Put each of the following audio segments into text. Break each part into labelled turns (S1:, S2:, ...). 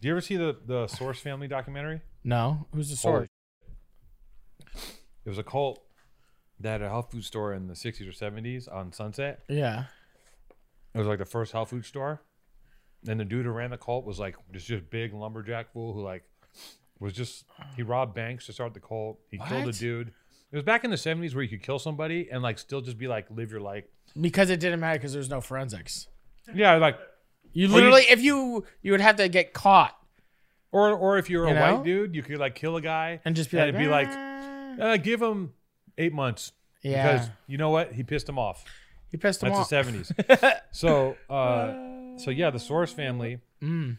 S1: Do you ever see the the Source family documentary?
S2: No, who's the
S1: Holy
S2: sword?
S1: shit. It was a cult that had a health food store in the 60s or 70s on Sunset.
S2: Yeah.
S1: It was like the first health food store. And the dude who ran the cult was like this just big lumberjack fool who like was just he robbed banks to start the cult. He killed a
S2: What?
S1: dude. It was back in the 70s where you could kill somebody and like still just be like live your life.
S2: Because it didn't matter because there's no forensics.
S1: Yeah, like
S2: You
S1: you-
S2: literally, if you, you would have to get caught
S1: or or if you're
S2: You
S1: a
S2: know?
S1: white dude, you could like kill a guy
S2: and just be
S1: And
S2: like,
S1: it'd be like,
S2: "Ah."
S1: uh, give him 8 months
S2: yeah.
S1: because you know what? He pissed him off.
S2: you pissed him
S1: That's
S2: off.
S1: the 70s. So, uh, so yeah, the Source family,
S2: Mm.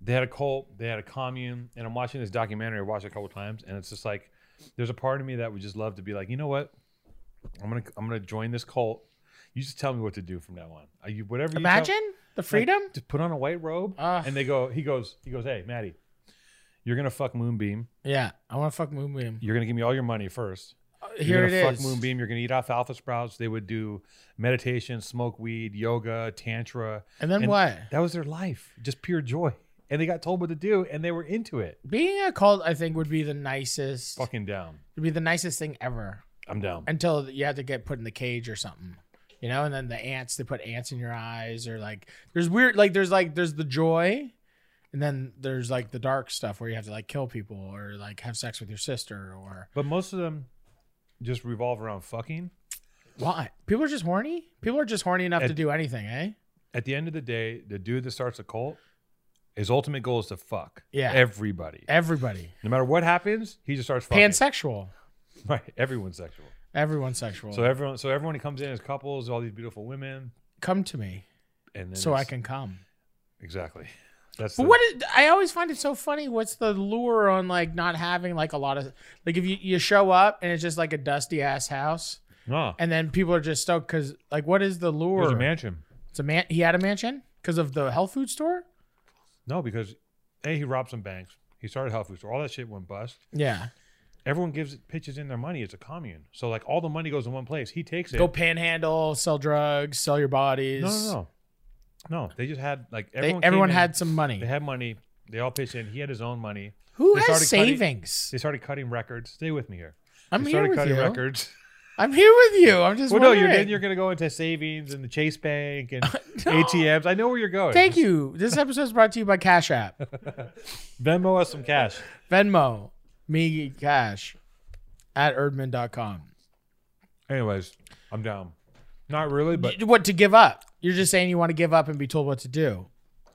S1: they had a cult, they had a commune, and I'm watching this documentary. I watched it a couple times, and it's just like, there's a part of me that would just love to be like, you know what? I'm gonna, I'm gonna join this cult. You just tell me what to do from now on. Are you whatever? you tell-
S2: Imagine the freedom.
S1: like, just put on a white robe,
S2: Ugh.
S1: and they go. He goes. He goes. Hey, Maddie, you're gonna fuck Moonbeam.
S2: yeah, I want to fuck Moonbeam.
S1: You're gonna give me all your money first.
S2: Uh,
S1: You're
S2: Here it
S1: gonna fuck
S2: is.
S1: Moonbeam. You're gonna eat alfalfa sprouts. They would do meditation, smoke weed, yoga, tantra.
S2: And then
S1: And-
S2: what?
S1: That was their life, just pure joy. And they got told what to do, and they were into it.
S2: Being a cult, I think, would be the nicest.
S1: Fucking down.
S2: Would be the nicest thing ever
S1: I'm down.
S2: until you have to get put in the cage or something. You know, and then the ants, they put ants in your eyes, or like there's weird, like there's like there's the joy, and then there's like the dark stuff where you have to like kill people or like have sex with your sister or
S1: But most of them just revolve around fucking.
S2: what? People are just horny. People are just horny enough to
S1: And-
S2: do anything, eh?
S1: At the end of the day, the dude that starts a cult, his ultimate goal is to fuck
S2: Yeah.
S1: everybody.
S2: Everybody,
S1: No matter what happens, he just starts fucking.
S2: pansexual,
S1: Right. Everyone's sexual.
S2: everyone's sexual.
S1: So everyone so everyone who comes in as couples, all these beautiful women,
S2: come to me
S1: and then
S2: so I
S1: it's-
S2: can come.
S1: Exactly. That's
S2: But
S1: the-
S2: what is, I always find it so funny. What's the lure on like not having like a lot of like if you, you show up and it's just like a dusty ass house
S1: no.
S2: and then people are just stoked because like what is the
S1: It
S2: lure?
S1: was a mansion.
S2: It's a man. He had a mansion because of the health food store.
S1: No, because A, he robbed some banks. He started health food store. All that shit went bust.
S2: Yeah,
S1: everyone gives pitches in their money. It's a commune. So like all the money goes in one place. He takes it.
S2: go panhandle, sell drugs, sell your bodies.
S1: no, no, no. No, they just had like
S2: They,
S1: everyone
S2: everyone
S1: came in,
S2: had some money.
S1: they had money. They all pitched in. He had his own money.
S2: Who
S1: they
S2: has
S1: started cutting-
S2: savings?
S1: They started cutting records. Stay with me here.
S2: I'm
S1: they
S2: here
S1: started
S2: with
S1: cutting
S2: you.
S1: records.
S2: I'm here with you. I'm just
S1: well, no, you're
S2: wondering.
S1: then you're gonna go into savings and the Chase Bank and
S2: No.
S1: ATMs. I know where you're going.
S2: Thank you. This episode is brought to you by Cash App.
S1: Venmo us some cash.
S2: Venmo, me cash at erdman.com.
S1: Anyways, I'm down. Not really, but
S2: Y- what to give up? You're just saying you want to give up and be told what to do.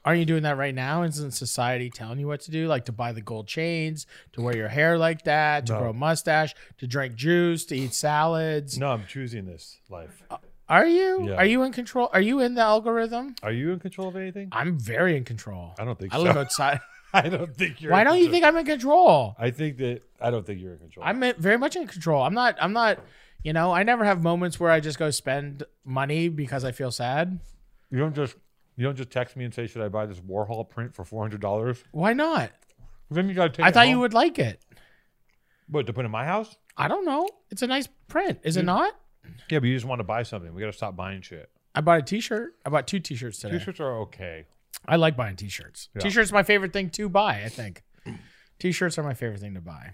S2: Aren't you doing that right now? Isn't society telling you what to do? Like to buy the gold chains, to wear your hair like that, to
S1: No.
S2: grow a mustache, to drink juice, to eat salads.
S1: no, I'm choosing this life.
S2: Are you?
S1: Yeah.
S2: Are you in control? Are you in the algorithm?
S1: Are you in control of anything?
S2: I'm very in control.
S1: I don't think
S2: I
S1: so.
S2: live outside.
S1: I don't think you're.
S2: Why
S1: in
S2: don't you
S1: control.
S2: think I'm in control?
S1: I think that I don't think you're in control.
S2: I'm in- very much in control. I'm not. I'm not. You know, I never have moments where I just go spend money because I feel sad.
S1: You don't just you don't just text me and say, "Should I buy this Warhol print for four hundred dollars?"
S2: Why not?
S1: Then you gotta take.
S2: I
S1: it
S2: thought you
S1: home.
S2: would like it.
S1: What to put in my house?
S2: I don't know. It's a nice print, is it
S1: Yeah.
S2: not?
S1: Yeah, but you just want to buy something. We gotta stop buying shit.
S2: I bought a T-shirt. I bought two T-shirts today.
S1: T-shirts are okay.
S2: I like buying T-shirts.
S1: Yeah.
S2: T-shirts my favorite thing to buy. I think T-shirts are my favorite thing to buy.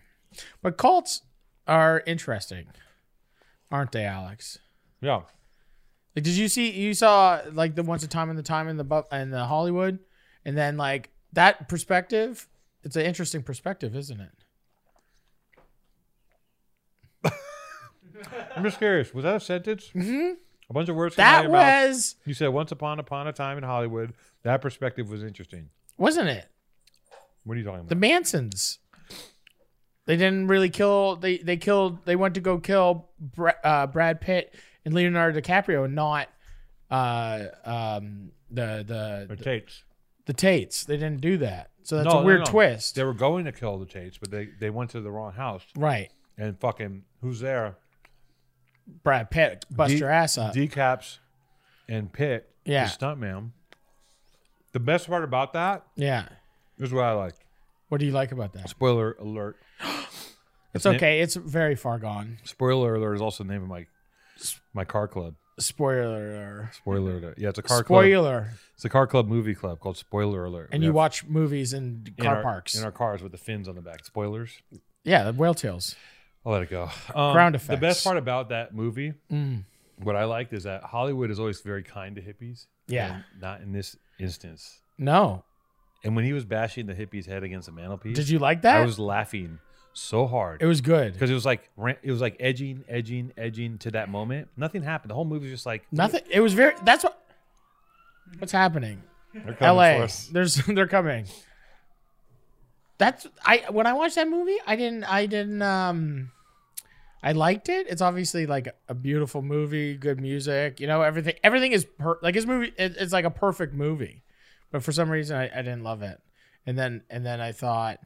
S2: But cults are interesting, aren't they, Alex?
S1: Yeah,
S2: Like, did you see? You saw like the once a time and the time in the bu- in the Hollywood, and then like that perspective. It's an interesting perspective, isn't it?
S1: I'm just curious. Was that a sentence?
S2: Mhm.
S1: A bunch of words came out of
S2: That
S1: your mouth.
S2: was
S1: You said once upon upon a time in Hollywood. That perspective was interesting.
S2: wasn't it?
S1: What are you talking about?
S2: the Mansons. They didn't really kill. They they killed. They went to go kill Bra- uh, Brad Pitt and Leonardo DiCaprio, not uh, um, the
S1: The
S2: the
S1: Tates.
S2: the Tates. They didn't do that. So that's
S1: No,
S2: a
S1: no,
S2: weird
S1: no.
S2: twist,
S1: They were going to kill the Tates, but they they went to the wrong house
S2: right?
S1: and fucking who's there?
S2: Brad Pitt bust
S1: D-
S2: your ass up.
S1: Decaps and Pitt.
S2: Yeah.
S1: the stuntman. The best part about that
S2: yeah.
S1: is what I like.
S2: What do you like about that?
S1: Spoiler alert.
S2: It's
S1: na-
S2: okay. It's very far gone.
S1: Spoiler alert is also the name of my my car club.
S2: spoiler.
S1: Spoiler alert. Yeah, it's a car club.
S2: spoiler.
S1: It's a car club movie club called Spoiler Alert.
S2: And
S1: We
S2: you
S1: have
S2: watch movies in
S1: in
S2: car
S1: our-
S2: parks.
S1: in our cars with the fins on the back. Spoilers.
S2: yeah, the whale tails.
S1: I'll let it go. Um,
S2: Ground
S1: The
S2: effects.
S1: best part about that movie,
S2: Mm.
S1: what I liked, is that Hollywood is always very kind to hippies.
S2: Yeah.
S1: And not in this instance.
S2: No.
S1: And when he was bashing the hippie's head against the mantelpiece,
S2: Did you like that?
S1: I was laughing so hard
S2: Eh. it was good.
S1: because it was like ran- it was like edging, edging, edging to that moment. Nothing happened. The whole movie was just like
S2: Nothing. It was very. That's what. What's happening?
S1: They're coming for
S2: L.A.
S1: us.
S2: There's. They're coming. That's I. When I watched that movie, I didn't. I didn't. Um. I liked it. It's obviously like a beautiful movie, good music. You know, everything. Everything is per, like his movie. It, it's like a perfect movie, but for some reason, I, I didn't love it. And then and then I thought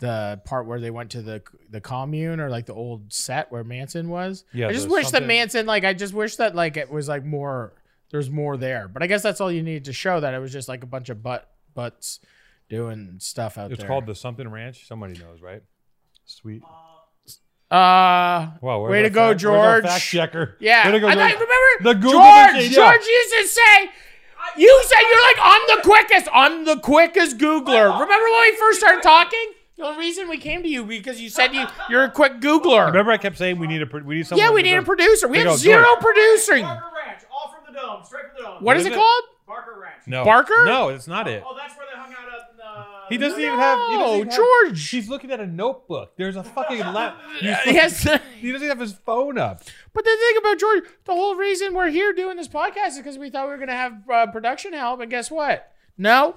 S2: the part where they went to the the commune or like the old set where Manson was.
S1: Yeah,
S2: I just
S1: the
S2: wish that
S1: something-
S2: Manson like I just wish that like it was like more there's more there. But I guess that's all you need to show that it was just like a bunch of butt butts doing stuff out
S1: It's
S2: there.
S1: called the something ranch. Somebody knows, right? Sweet.
S2: the uh
S1: Wow. where's
S2: Way
S1: our
S2: to go,
S1: fact- where's our
S2: George.
S1: Fact checker.
S2: yeah.
S1: Way to go,
S2: I thought-
S1: George.
S2: remember
S1: The Google
S2: George
S1: machine, yeah.
S2: George used to say you said you're like I'm the quickest. I'm the quickest Googler. Remember when we first started talking? The only reason we came to you because you said you you're a quick Googler.
S1: Remember, I kept saying we need a pro- we need someone.
S2: Yeah, we
S1: to
S2: need
S1: go-
S2: a producer. We
S1: Here
S2: have
S1: goes
S2: zero
S1: George.
S2: producing.
S3: Barker Ranch, all from the dome, straight from the dome.
S2: What is
S1: is
S2: it
S1: it?
S2: called?
S3: Barker Ranch.
S1: No,
S2: Barker?
S1: No, it's not it.
S3: Oh, that's where they hung out up in the.
S1: He doesn't even have. He doesn't
S2: No,
S1: even have-
S2: Oh, George.
S1: She's looking at a notebook. There's a fucking lap.
S2: he has to-
S1: He doesn't even have his phone up.
S2: but the thing about George, the whole reason we're here doing this podcast is because we thought we were going to have uh, production help, and guess what? No.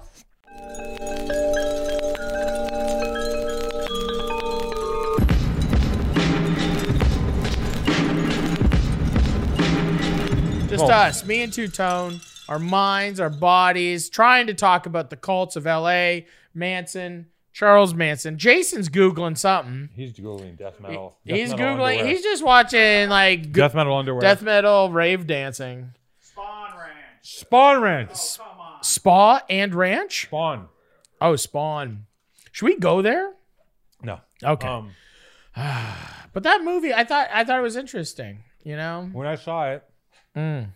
S2: Just
S1: Oh.
S2: us, me and Two Tone, our minds, our bodies, trying to talk about the cults of L.A. Manson, Charles Manson. Jason's googling something.
S1: He's googling death metal. Death
S2: He's
S1: metal
S2: googling.
S1: underwear.
S2: He's just watching like
S1: death metal underwear.
S2: death metal rave dancing.
S3: Spawn Ranch.
S1: Spawn Ranch.
S3: Oh, come on.
S2: Spa and ranch?
S1: Spawn.
S2: Oh, spawn. Should we go there?
S1: No.
S2: Okay.
S1: Um,
S2: but that movie, I thought I thought it was interesting, you know?
S1: when I saw it,
S2: Mm.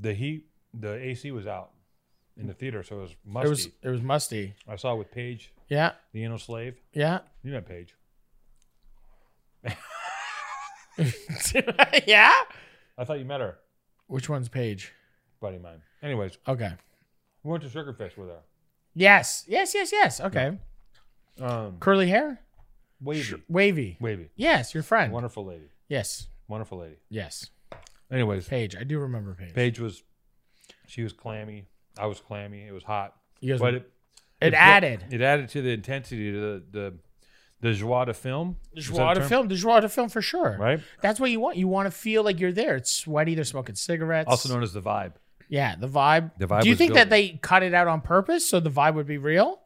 S1: the heat, the AC was out in the theater, so it was musty.
S2: It was it was musty.
S1: I saw it with Paige,
S2: Yeah.
S1: the anal slave.
S2: Yeah.
S1: You met Paige.
S2: yeah?
S1: I thought you met her,
S2: Which one's Paige?
S1: buddy of mine. Anyways,
S2: Okay.
S1: we went to Sugarfish with her.
S2: Yes. Yes, yes, yes. Okay.
S1: Um,
S2: Curly hair?
S1: wavy,
S2: Wavy.
S1: wavy,
S2: Yes, your friend.
S1: wonderful lady,
S2: Yes.
S1: wonderful lady.
S2: Yes.
S1: Anyways,
S2: Paige. I do remember Paige.
S1: Paige was, she was clammy. I was clammy. It was hot,
S2: You guys,
S1: but
S2: it,
S1: it, bro-
S2: added.
S1: it added to the intensity, to the the the joie de film. Is that a
S2: Joie de
S1: term?
S2: film. The joie de film for sure.
S1: right?
S2: That's what you want. You want to feel like you're there. It's sweaty. They're smoking cigarettes.
S1: Also known as the vibe.
S2: yeah, the vibe.
S1: The vibe
S2: Do you
S1: was
S2: think that
S1: built.
S2: they cut it out on purpose so the vibe would be real?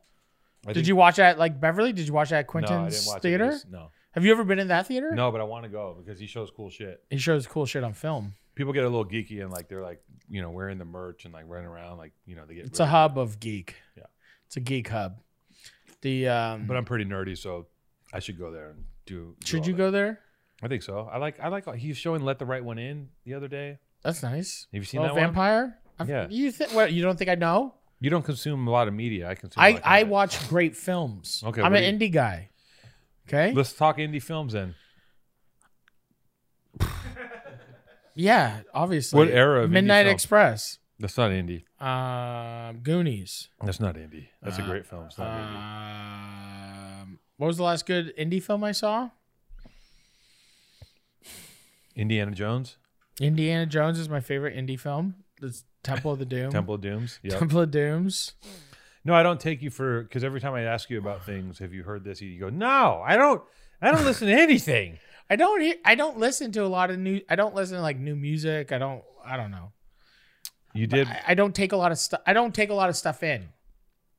S1: I
S2: Did
S1: think-
S2: you watch it at like Beverly? Did you watch it at
S1: No, I didn't
S2: Quentin's
S1: watch it.
S2: theater?
S1: It's- No,
S2: Have you ever been in that theater?
S1: no, but I want to go because he shows cool shit.
S2: He shows cool shit on film.
S1: People get a little geeky and like they're like, you know, wearing the merch and like running around, like you know, they get.
S2: It's a
S1: really-
S2: hub of geek.
S1: Yeah.
S2: It's a geek hub. The um
S1: But I'm pretty nerdy, so I should go there and do. do
S2: should
S1: all
S2: you
S1: that.
S2: go there?
S1: I think so. I like. I like. He's showing "Let the Right One In" the other day.
S2: That's nice.
S1: Have you seen
S2: oh,
S1: that one?
S2: vampire? I've-
S1: Yeah.
S2: You think what you don't think I know?
S1: You don't consume a lot of media. I consume.
S2: I,
S1: like uh,
S2: I watch great films.
S1: Okay,
S2: I'm
S1: what
S2: an
S1: do
S2: indie guy. Okay.
S1: Let's talk indie films then.
S2: Yeah, obviously.
S1: What era of indie
S2: Midnight
S1: film?
S2: Express,
S1: That's not indie.
S2: um, Goonies.
S1: That's not indie. That's a
S2: Uh,
S1: great film. It's not indie.
S2: Um, what was the last good indie film I saw?
S1: Indiana Jones,
S2: Indiana Jones is my favorite indie film. It's Temple of the Doom.
S1: Temple of Dooms. Yeah.
S2: Temple of Dooms.
S1: No, I don't take you for because every time I ask you about things, have you heard this? You go, no, I don't. I don't listen to anything.
S2: I don't. Hear, I don't listen to a lot of new. I don't listen to like new music. I don't. I don't know.
S1: You did.
S2: I, I don't take a lot of stuff. I don't take a lot of stuff in.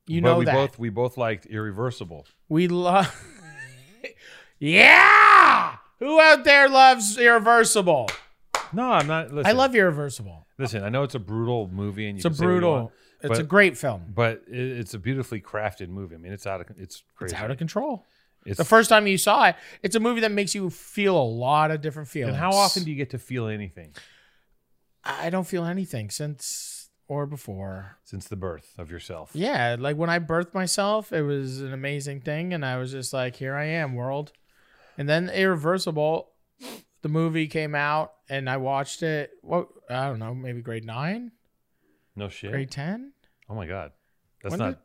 S2: You
S1: but
S2: know
S1: we
S2: that
S1: both we both liked Irreversible.
S2: we love. yeah. Who out there loves Irreversible?
S1: No, I'm not. Listen,
S2: I love Irreversible.
S1: Listen, I know it's a brutal movie, and you
S2: It's a
S1: can say what you
S2: brutal.
S1: want,
S2: It's a
S1: but-
S2: great film.
S1: but it, it's a beautifully crafted movie. I mean, it's out of it's
S2: It's
S1: crazy.
S2: out of control.
S1: It's-
S2: The first time you saw it, it's a movie that makes you feel a lot of different feelings.
S1: and how often do you get to feel anything?
S4: I don't feel anything since or before.
S1: since the birth of yourself.
S4: Yeah, like when I birthed myself, it was an amazing thing, and I was just like, "Here I am, world." And then Irreversible, the movie came out, and I watched it. What I don't know, maybe grade nine,
S1: No shit.
S4: grade ten.
S1: Oh my god. That's
S4: When
S1: not.
S4: did-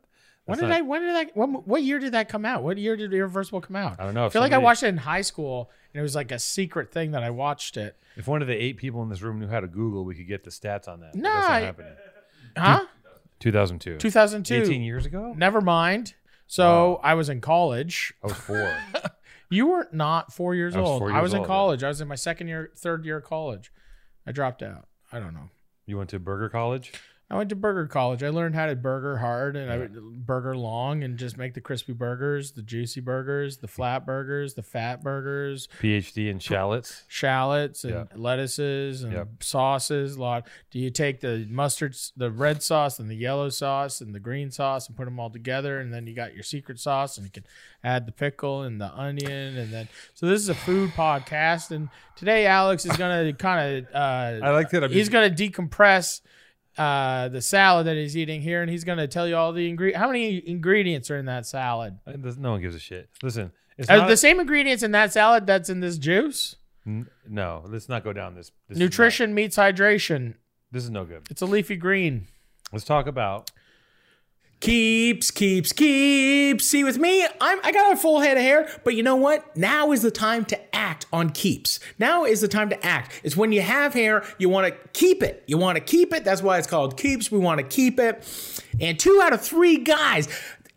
S4: When
S1: that's
S4: did
S1: not-
S4: I? When did I? What, what year did that come out? What year did Irreversible come out?
S1: I don't know.
S4: I feel like I watched it in high school, and it was like a secret thing that I watched it.
S1: If one of the eight people in this room knew how to Google, we could get the stats on that. but
S4: Nah,
S1: That's not
S4: I-
S1: happening.
S4: Huh?
S1: 2002.
S4: Two thousand
S1: 18
S4: two.
S1: years ago?
S4: Never mind. So I was in college.
S1: I was four.
S4: You were not four years
S1: I was
S4: old.
S1: four
S4: I
S1: years
S4: was in
S1: old, yeah.
S4: college. I was in my second year, third year of college. I dropped out. I don't know.
S1: you went to Burger College?
S4: I went to burger college. I learned how to burger hard and I
S1: Yeah.
S4: would burger long and just make the crispy burgers, the juicy burgers, the flat burgers, the fat burgers,
S1: PhD in shallots?
S4: shallots and
S1: Yeah.
S4: lettuces and
S1: Yep.
S4: sauces. A lot. Do you take the mustard, s- the red sauce and the yellow sauce and the green sauce and put them all together, and then you got your secret sauce, and you can add the pickle and the onion, and then so this is a food podcast, and today Alex is gonna kind of uh,
S1: like that.
S4: he's gonna decompress. Uh, the salad that he's eating here, and he's gonna tell you all the ingredient. How many ingredients are in that salad?
S1: Uh, no one gives a shit. Listen, it's
S4: Are
S1: not,
S4: the same ingredients in that salad that's in this juice?
S1: N- no, let's not go down this. this is not-
S4: Nutrition meets hydration.
S1: this is no good.
S4: It's a leafy green.
S1: Let's talk about
S2: Keeps, keeps, keeps. See, with me, I'm, I got a full head of hair, but you know what? Now is the time to act on keeps. Now is the time to act. It's when you have hair, you want to keep it. You want to keep it. That's why it's called keeps. We want to keep it. And two out of three guys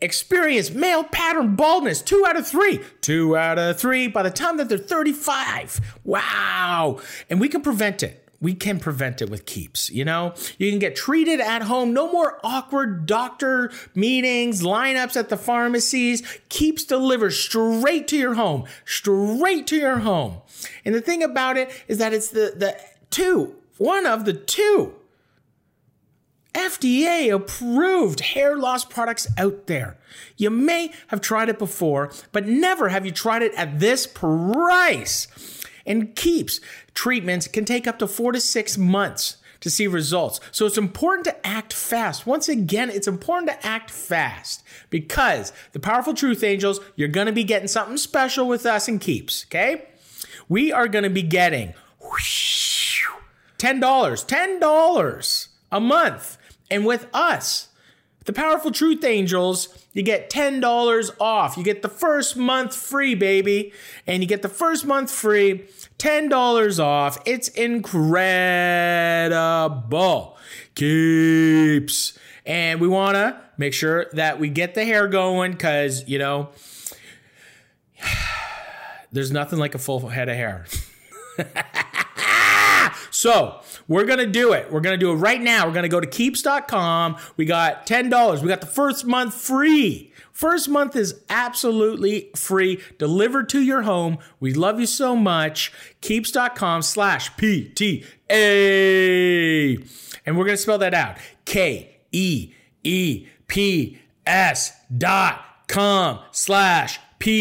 S2: experience male pattern baldness. Two out of three. Two out of three by the time that they're 35. Wow. And we can prevent it we can prevent it with keeps you know you can get treated at home no more awkward doctor meetings lineups at the pharmacies keeps delivers straight to your home straight to your home and the thing about it is that it's the the two one of the two FDA approved hair loss products out there. You may have tried it before, but never have you tried it at this price. And keeps treatments can take up to four to six months to see results. So it's important to act fast. Once again, it's important to act fast because the powerful truth angels, you're gonna be getting something special with us and keeps, okay? We are gonna be getting $10, $10 a month. And with us, the Powerful Truth Angels, you get $10 off. You get the first month free, baby. And you get the first month free, $10 off. It's incredible. Keeps. And we want to make sure that we get the hair going because, you know, there's nothing like a full head of hair. So we're gonna do it. We're gonna do it right now. We're gonna go to keeps.com. We got $10. We got the first month free. First month is absolutely free, delivered to your home. We love you so much. Keeps.com slash PTA. And we're gonna spell that out. E K-E-E-P-S dot com slash PTA.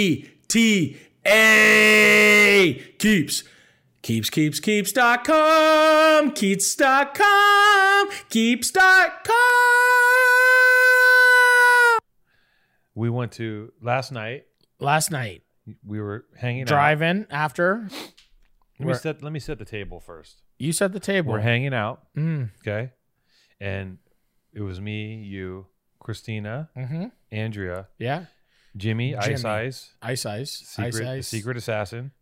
S2: Keeps keeps keeps keeps.com keeps.com keeps.com
S1: we went to last night.
S4: Last night,
S1: We were hanging out.
S4: driving after
S1: Let me
S4: We're-
S1: set let me set the table first.
S4: you set the table.
S1: We're hanging out,
S4: mm,
S1: okay? And it was me, you, Christina,
S4: hmm
S1: Andrea,
S4: Yeah,
S1: Jimmy, Ice
S4: Jimmy.
S1: Ice,
S4: ice ice
S1: Secret,
S4: ice
S1: the
S4: ice
S1: Secret Assassin,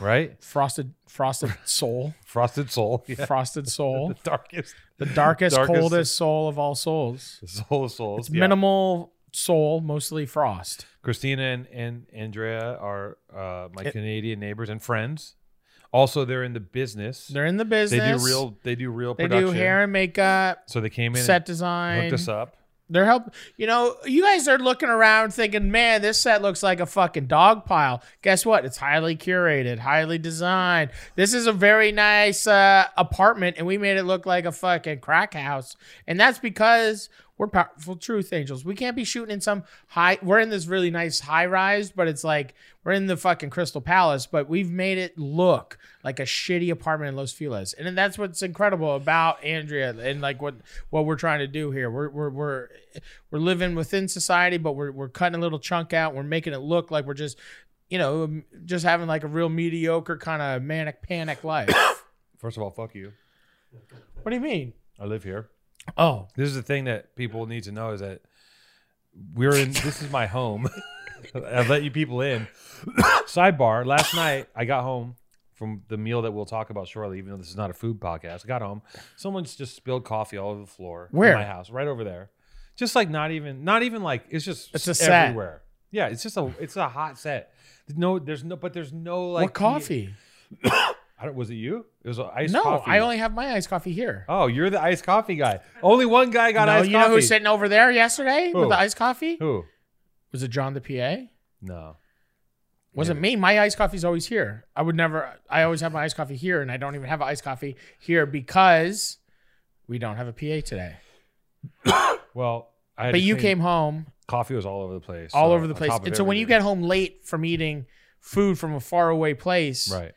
S1: right?
S4: frosted frosted soul
S1: Frosted Soul, yeah,
S4: frosted soul
S1: the darkest,
S4: the darkest,
S1: Darkest-
S4: coldest soul of all souls.
S1: soul of souls.
S4: It's
S1: yeah.
S4: minimal soul, mostly frost.
S1: Christina and, and Andrea are uh, my Canadian neighbors and friends. Also, they're in the business.
S4: They're in the business.
S1: They do real. They do real
S4: They
S1: production.
S4: do hair and makeup,
S1: So they came in,
S4: set
S1: and
S4: design.
S1: hooked us up.
S4: They're help. You know, you guys are looking around thinking, man, this set looks like a fucking dog pile. Guess what? It's highly curated, highly designed. This is a very nice uh, apartment, and we made it look like a fucking crack house. And that's because
S2: We're powerful truth angels. We can't be shooting in some high. We're in this really nice high rise, but it's like we're in the fucking Crystal Palace, but we've made it look like a shitty apartment in Los Feliz, and then that's what's incredible about Andrea and like what what we're trying to do here. We're we're we're we're living within society, but we're we're cutting a little chunk out. We're making it look like we're just you know um, just having like a real mediocre kind of manic panic life.
S1: First of all, fuck you.
S2: what do you mean?
S1: I live here.
S2: Oh,
S1: This is the thing that people need to know is that we're in. this is my home. I've let you people in. Sidebar: Last night I got home from the meal that we'll talk about shortly. Even though this is not a food podcast, I got home. Someone's just spilled coffee all over the floor.
S2: Where?
S1: in my house? Right over there. Just like not even, not even like it's just
S2: It's a set.
S1: everywhere. Yeah, it's just a it's a hot set. No, there's no, but there's no like
S2: what coffee?
S1: I don't, was it you? It was a iced
S2: no,
S1: coffee.
S2: I only have my iced coffee here.
S1: Oh, you're the iced coffee guy. Only one guy got
S2: no,
S1: iced
S2: you
S1: coffee.
S2: know who's sitting over there yesterday
S1: Who?
S2: with the iced coffee?
S1: Who?
S2: Was it John the PA?
S1: No.
S2: Wasn't me. My iced coffee's always here. I would never. I always have my iced coffee here, and I don't even have an iced coffee here because we don't have a PA today.
S1: Well, I had
S2: But
S1: to
S2: you
S1: clean-
S2: came home
S1: Coffee was all over the place.
S2: all
S1: so
S2: over the
S1: on
S2: place,
S1: top of
S2: and so when you get
S1: everything-
S2: home late from eating food from a faraway place,
S1: right,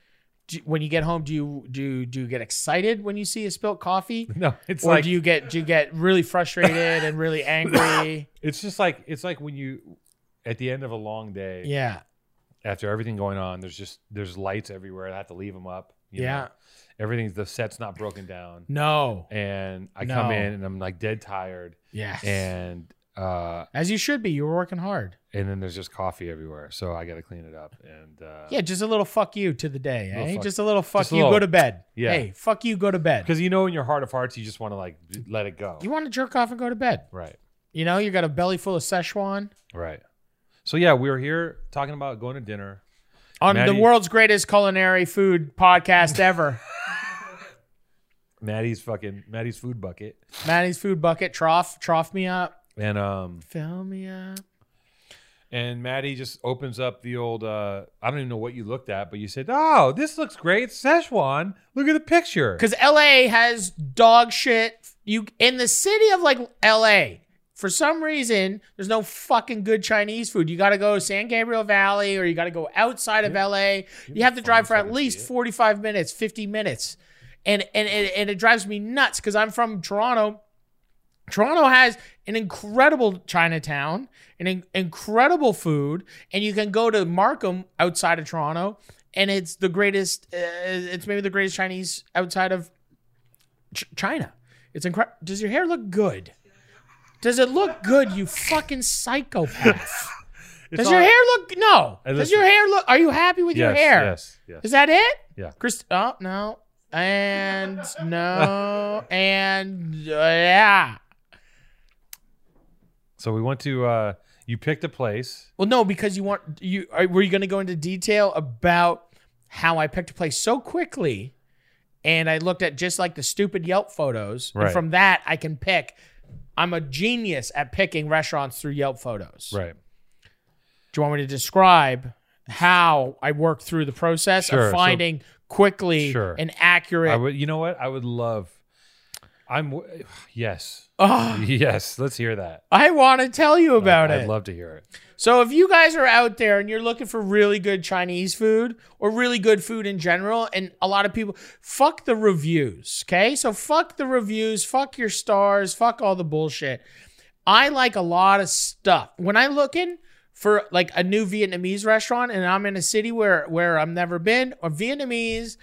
S2: do, when you get home, do you do you- do you get excited when you see a spilt coffee,
S1: no, it's
S2: or
S1: like
S2: do you get do you get really frustrated and really angry?
S1: it's just like it's like when you at the end of a long day
S2: Yeah,
S1: after everything going on. There's just there's lights everywhere. I have to leave them up. you know.
S2: Yeah.
S1: everything's the set's not broken down,
S2: no,
S1: and I
S2: No.
S1: come in and I'm like dead tired,
S2: yes,
S1: and uh,
S2: as you should be. You were working hard.
S1: and then there's just coffee everywhere, so I got to clean it up. And uh,
S2: Yeah, just a little fuck you to the day.
S1: Little
S2: Eh?
S1: fuck-
S2: Just a little fuck
S1: just a
S2: you.
S1: little-
S2: go to bed.
S1: Yeah.
S2: Hey, fuck you. Go to bed.
S1: because you know in your heart of hearts you just want to like let it go.
S2: You want to jerk off and go to bed.
S1: right.
S2: You know, you got a belly full of Szechuan
S1: Right. So yeah, we were here talking about going to dinner.
S2: on the
S1: Maddie-
S2: world's greatest culinary food podcast ever.
S1: Maddie's fucking Maddie's food bucket,
S2: Maddie's food bucket trough, trough me up,
S1: and um,
S2: fill me up.
S1: and Maddie just opens up the old. Uh, I don't even know what you looked at, but you said, "Oh, this looks great, Szechuan. Look at the picture."
S2: Because LA has dog shit. You in the city of like LA. For some reason, there's no fucking good Chinese food. You got to go to San Gabriel Valley or you got to go outside of LA. You have to drive for at least 45 minutes, 50 minutes. And and and, and it drives me nuts cuz I'm from Toronto. Toronto has an incredible Chinatown, an in- incredible food, and you can go to Markham outside of Toronto, and it's the greatest. Uh, it's maybe the greatest Chinese outside of Ch- China. It's incredible. Does your hair look good? Does it look good, you fucking psychopath?
S1: It's
S2: Does
S1: all-
S2: your hair look? No.
S1: Hey,
S2: Does
S1: listen.
S2: your hair look? Are you happy with your
S1: Yes,
S2: hair?
S1: Yes. Yes.
S2: Is that it?
S1: Yeah.
S2: Chris. Oh no. And no. and uh, yeah.
S1: So we went to. Uh, you picked a place.
S2: Well, no, because you want you are, were you going to go into detail about how I picked a place so quickly, and I looked at just like the stupid Yelp photos,
S1: Right.
S2: and from that I can pick. I'm a genius at picking restaurants through Yelp photos.
S1: Right.
S2: Do you want me to describe how I worked through the process
S1: Sure,
S2: of
S1: so-
S2: finding quickly
S1: Sure.
S2: and
S1: I
S2: accurate?
S1: would. You know what? I would love. I'm. w- Yes.
S2: Ugh,
S1: Yes. Let's hear that.
S2: Ah, I want to tell you about
S1: I,
S2: it.
S1: I'd love to hear it.
S2: So if you guys are out there and you're looking for really good Chinese food or really good food in general, and a lot of people fuck the reviews, okay? So fuck the reviews, fuck your stars, fuck all the bullshit. I like a lot of stuff. When I'm looking for like a new Vietnamese restaurant and I'm in a city where where I've never been, or Vietnamese,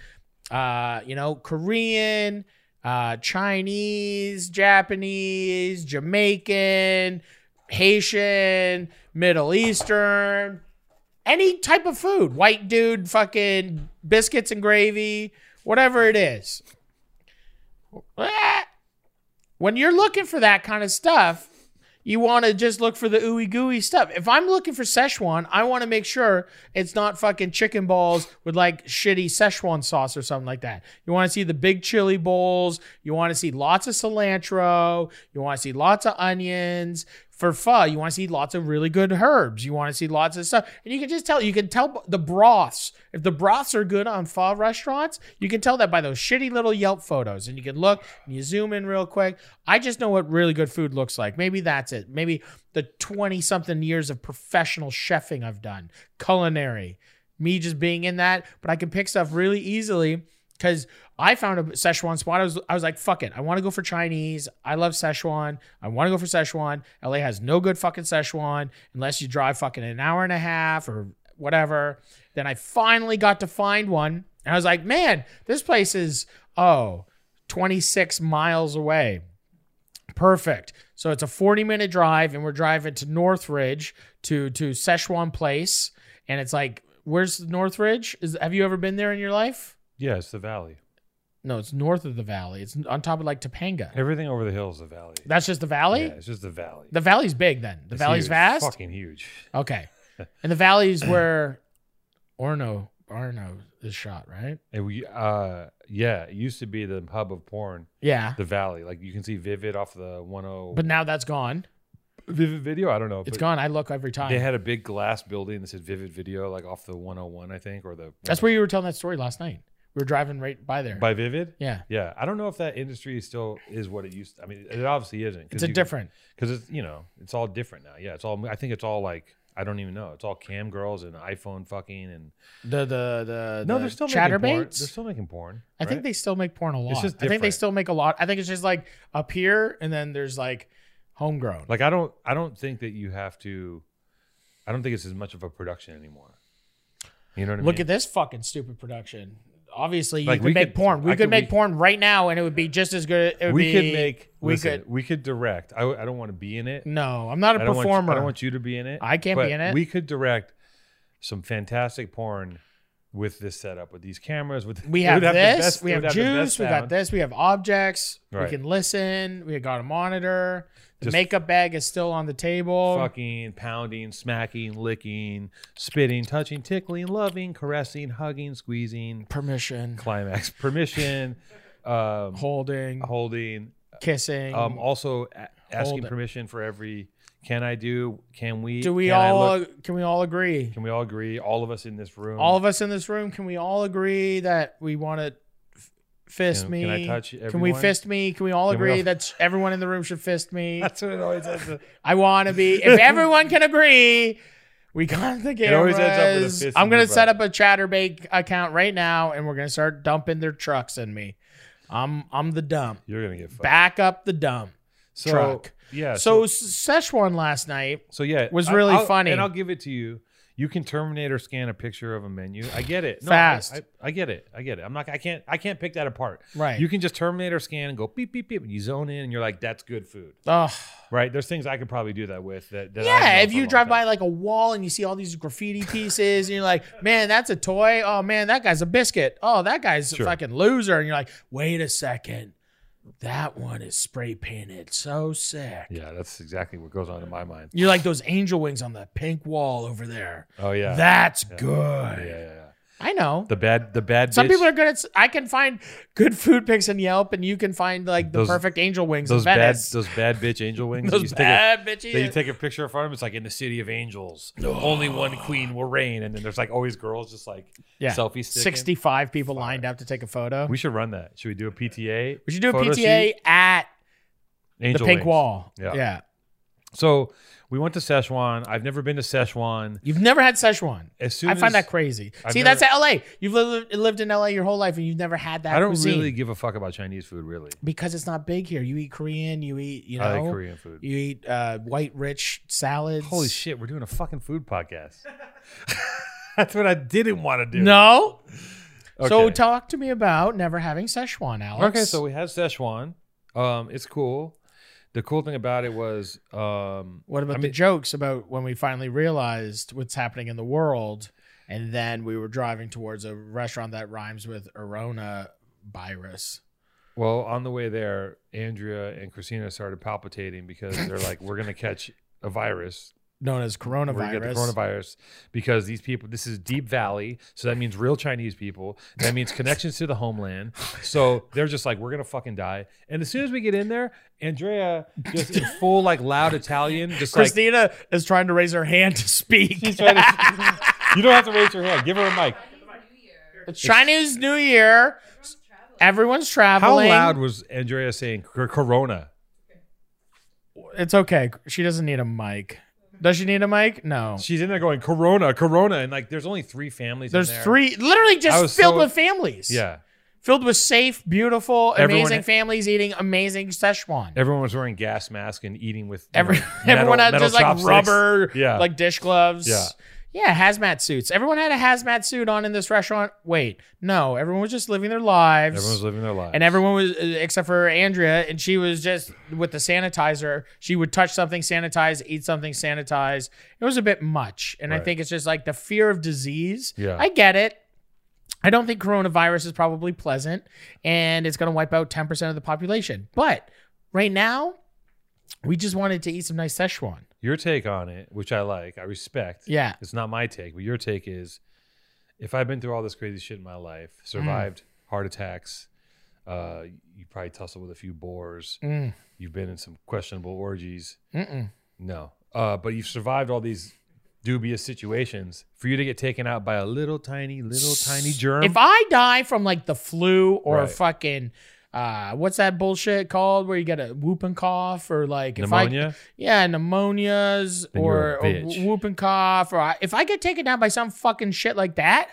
S2: uh, you know, Korean, uh, Chinese, Japanese, Jamaican, Haitian, Middle Eastern, any type of food, white dude, fucking biscuits and gravy, whatever it is. Ah. When you're looking for that kind of stuff, you want to just look for the ooey gooey stuff. If I'm looking for Szechuan, I want to make sure it's not fucking chicken balls with like shitty Szechuan sauce or something like that. You want to see the big chili bowls. You want to see lots of cilantro. You want to see lots of onions. for pho, you want to see lots of really good herbs. You want to see lots of stuff, and you can just tell. You can tell b- the broths. If the broths are good on pho restaurants, you can tell that by those shitty little Yelp photos. And you can look and you zoom in real quick. I just know what really good food looks like. Maybe that's it. Maybe the twenty something years of professional chefing I've done, culinary, me just being in that. But I can pick stuff really easily because I found a Szechuan spot. I was, I was like, fuck it. I want to go for Chinese. I love Szechuan. I want to go for Szechuan. LA has no good fucking Szechuan unless you drive fucking an hour and a half or whatever. Then I finally got to find one. And I was like, man, this place is, oh, 26 miles away. Perfect. So it's a 40 minute drive, and we're driving to Northridge to to Szechuan Place. And it's like, where's Northridge? Is have you ever been there in your life?
S1: Yeah, it's the valley.
S2: No, it's north of the valley. It's on top of like Topanga.
S1: Everything over the hill is the valley.
S2: That's just the valley.
S1: Yeah, it's just the valley.
S2: The valley's big then. The
S1: It's
S2: valley's
S1: huge.
S2: vast.
S1: Fucking huge.
S2: Okay, and the valley's where Orno Orno is shot, right?
S1: And we, uh, yeah, it used to be the hub of porn,
S2: Yeah,
S1: the valley. Like you can see Vivid off the 10
S2: but now that's gone.
S1: Vivid Video. I don't know.
S2: It's
S1: but
S2: gone. I look every time.
S1: They had a big glass building that said Vivid Video, like off the 101, I think, or the.
S2: that's where you were telling that story last night. We were driving right by there.
S1: by Vivid.
S2: yeah,
S1: Yeah, I don't know if that industry still is what it used. I mean, it obviously isn't.
S2: it's a different.
S1: because it's you know it's all different now. Yeah, it's all. I think it's all like I don't even know. It's all cam girls and iPhone fucking and
S2: The the the
S1: no,
S2: the
S1: they're still making porn. They're
S2: chatterbaits.
S1: still making porn.
S2: I think they still make porn a
S1: just
S2: lot. I think they
S1: different.
S2: still make a lot. I think it's just like up here, and then there's like homegrown.
S1: like I don't. I don't think that you have to. I don't think it's as much of a production anymore. You know what I
S2: Look
S1: mean?
S2: at this fucking stupid production. Obviously, you
S1: Like,
S2: could
S1: we
S2: make
S1: could-
S2: porn. We
S1: I
S2: could,
S1: could-
S2: make
S1: we-
S2: porn right now, and it would be just as good. It would
S1: we
S2: be,
S1: could make.
S2: We
S1: listen,
S2: could.
S1: We could direct. I, I don't want to be in it.
S2: No, I'm not a
S1: I don't want you-
S2: performer.
S1: I don't want you to be in it.
S2: I can't be
S1: but
S2: in it.
S1: We could direct some fantastic porn with this setup, with these cameras. With
S2: we
S1: it
S2: have
S1: would the
S2: this.
S1: best-
S2: we
S1: it
S2: have
S1: would the best
S2: juice. We got
S1: sound.
S2: this. We have objects.
S1: Right.
S2: We can listen. We got a monitor. The
S1: Just-
S2: makeup bag is still on the table.
S1: fucking pounding, smacking, licking, spitting, touching, tickling, loving, caressing, hugging, squeezing,
S2: Permission.
S1: climax, permission, um,
S2: Holding.
S1: holding,
S2: kissing.
S1: um, also a- asking
S2: Mm. Hold it.
S1: permission for every can I do, can we,
S2: Do we
S1: can I
S2: all?
S1: look,
S2: Can we all agree?
S1: can we all agree, all of us in this room,
S2: all of us in this room, can we all agree that we want to fist
S1: Can-
S2: me?
S1: can I touch
S2: Can we
S1: everyone?
S2: fist me? Can we all
S1: Can we
S2: agree
S1: all-
S2: that everyone in the room should fist me?
S1: that's what it always ends up.
S2: I want to be. If everyone can agree, we got the
S1: It always
S2: cameras.
S1: ends up with a fist
S2: I'm
S1: in
S2: gonna
S1: your
S2: set
S1: butt.
S2: up a ChatterBait account right now, and we're gonna start dumping their trucks in me. I'm I'm the dump.
S1: You're gonna get fucked.
S2: Back up the dump.
S1: so,
S2: truck.
S1: Yeah.
S2: So Szechuan last night.
S1: So yeah,
S2: was
S1: I-
S2: really
S1: I'll-
S2: funny.
S1: and I'll give it to you. You can Terminator scan a picture of a menu. I get it. No, I-
S2: Fast.
S1: I, I get it. I get it. I'm not. I can't. I can't pick that apart.
S2: Right.
S1: You can just Terminator scan and go beep beep beep. And you zone in and you're like, that's good food.
S2: Ugh.
S1: Right. There's things I could probably do that with. That. that I've
S2: Yeah,
S1: known
S2: if
S1: for a
S2: you
S1: long
S2: drive by
S1: time.
S2: like a wall and you see all these graffiti pieces, and you're like, "Man, that's a toy. Oh man, that guy's a biscuit. Oh, that guy's
S1: Sure.
S2: a fucking loser." And you're like, "Wait a second, that one is spray painted. So sick."
S1: Yeah, that's exactly what goes on in my mind.
S2: You're like those angel wings on the pink wall over there.
S1: Oh yeah.
S2: That's
S1: yeah,
S2: good.
S1: yeah, yeah.
S2: I know.
S1: The bad. The bad.
S2: Some
S1: bitch-
S2: people are good at. s- I can find good food pics in Yelp, and you can find like the
S1: Those-
S2: perfect angel wings in
S1: Those bad.
S2: Venice.
S1: Those bad bitch angel wings. that you
S2: those
S1: stick a-
S2: bad
S1: That you
S2: bitches.
S1: take a picture of them. It's like in the city of angels, only one queen will reign, and then there's like always girls just like
S2: Yeah.
S1: selfie sticking.
S2: Sixty-five people lined up to take a photo.
S1: We
S2: We,
S1: should run that. Should we do a PTA?
S2: should do a
S1: photo
S2: PTA
S1: shoot?
S2: at
S1: Angel
S2: the pink
S1: wings.
S2: wall.
S1: Yeah.
S2: Yeah.
S1: So we went to Szechuan. I've never been to Szechuan.
S2: You've never had Szechuan.
S1: As soon
S2: I find
S1: as-
S2: that crazy.
S1: I've
S2: See,
S1: never-
S2: that's LA. You've lived, lived in LA your whole life and you've never had that
S1: I don't
S2: cuisine.
S1: really give a fuck about Chinese food. Really,
S2: because it's not big here. You eat Korean, you eat, you know,
S1: I like Korean food.
S2: You eat uh, white rich salads.
S1: Holy shit, we're doing a fucking food podcast. That's what I didn't want to do.
S2: No. So
S1: Okay.
S2: talk to me about never having Szechuan, Alex.
S1: Okay, so we had Szechuan. Um, it's cool. The cool thing about it was, um,
S2: what about
S1: I
S2: the
S1: mean-
S2: jokes about when we finally realized what's happening in the world, and then we were driving towards a restaurant that rhymes with Arona virus.
S1: well, on the way there, Andrea and Christina started palpitating because they're like, "We're gonna catch a virus
S2: known as
S1: where you get the coronavirus because these people this is deep valley so that means real chinese people that means connections to the homeland so they're just like we're gonna fucking die and as soon as we get in there andrea just in full like loud italian just like
S2: Christina is trying to raise her hand to speak.
S1: she's trying to, you don't have to raise your hand give her a mic
S2: The Chinese New Year. Everyone's
S1: how
S2: traveling.
S1: loud was andrea saying cor- corona
S2: It's okay. She doesn't need a mic. Does she need a mic? No.
S1: she's in there going corona corona and like there's only three families in
S2: There's
S1: there.
S2: three, literally
S1: I
S2: just
S1: was
S2: filled
S1: so-
S2: with families.
S1: yeah
S2: Filled with safe, beautiful,
S1: Everyone-
S2: amazing families eating amazing Szechuan.
S1: everyone was wearing gas masks and eating with you
S2: Every,
S1: know,
S2: everyone
S1: metal-
S2: had
S1: metal
S2: just like
S1: chopsticks.
S2: rubber,
S1: Yeah.
S2: like dish gloves.
S1: Yeah.
S2: Yeah, hazmat suits. Everyone had a hazmat suit on in this restaurant. Wait, no, everyone was just living their lives.
S1: everyone was living their lives
S2: and everyone was uh, except for Andrea, and she was just with the sanitizer. She would touch something, sanitize, eat something, sanitize. It was a bit much, and I
S1: Right.
S2: think it's just like the fear of disease.
S1: Yeah.
S2: I get it. I don't think coronavirus is probably pleasant, and it's going to wipe out ten percent of the population. But right now, we just wanted to eat some nice Szechuan.
S1: your take on it, which I like, I respect.
S2: Yeah,
S1: It's not my take, but your take is if I've been through all this crazy shit in my life,
S2: Mm.
S1: survived heart attacks, uh, you probably tussle with a few boars,
S2: Mm.
S1: you've been in some questionable orgies.
S2: Mm-mm.
S1: No. Uh, but you've survived all these dubious situations. For you to get taken out by a little tiny, little tiny germ.
S2: if I die from like the flu or
S1: Right.
S2: fucking. Uh, what's that bullshit called where you get a whooping cough or like if I
S1: pneumonia,
S2: Yeah, pneumonias
S1: Then
S2: or,
S1: you're
S2: or
S1: a bitch.
S2: whooping cough, or I, if I get taken down by some fucking shit like that,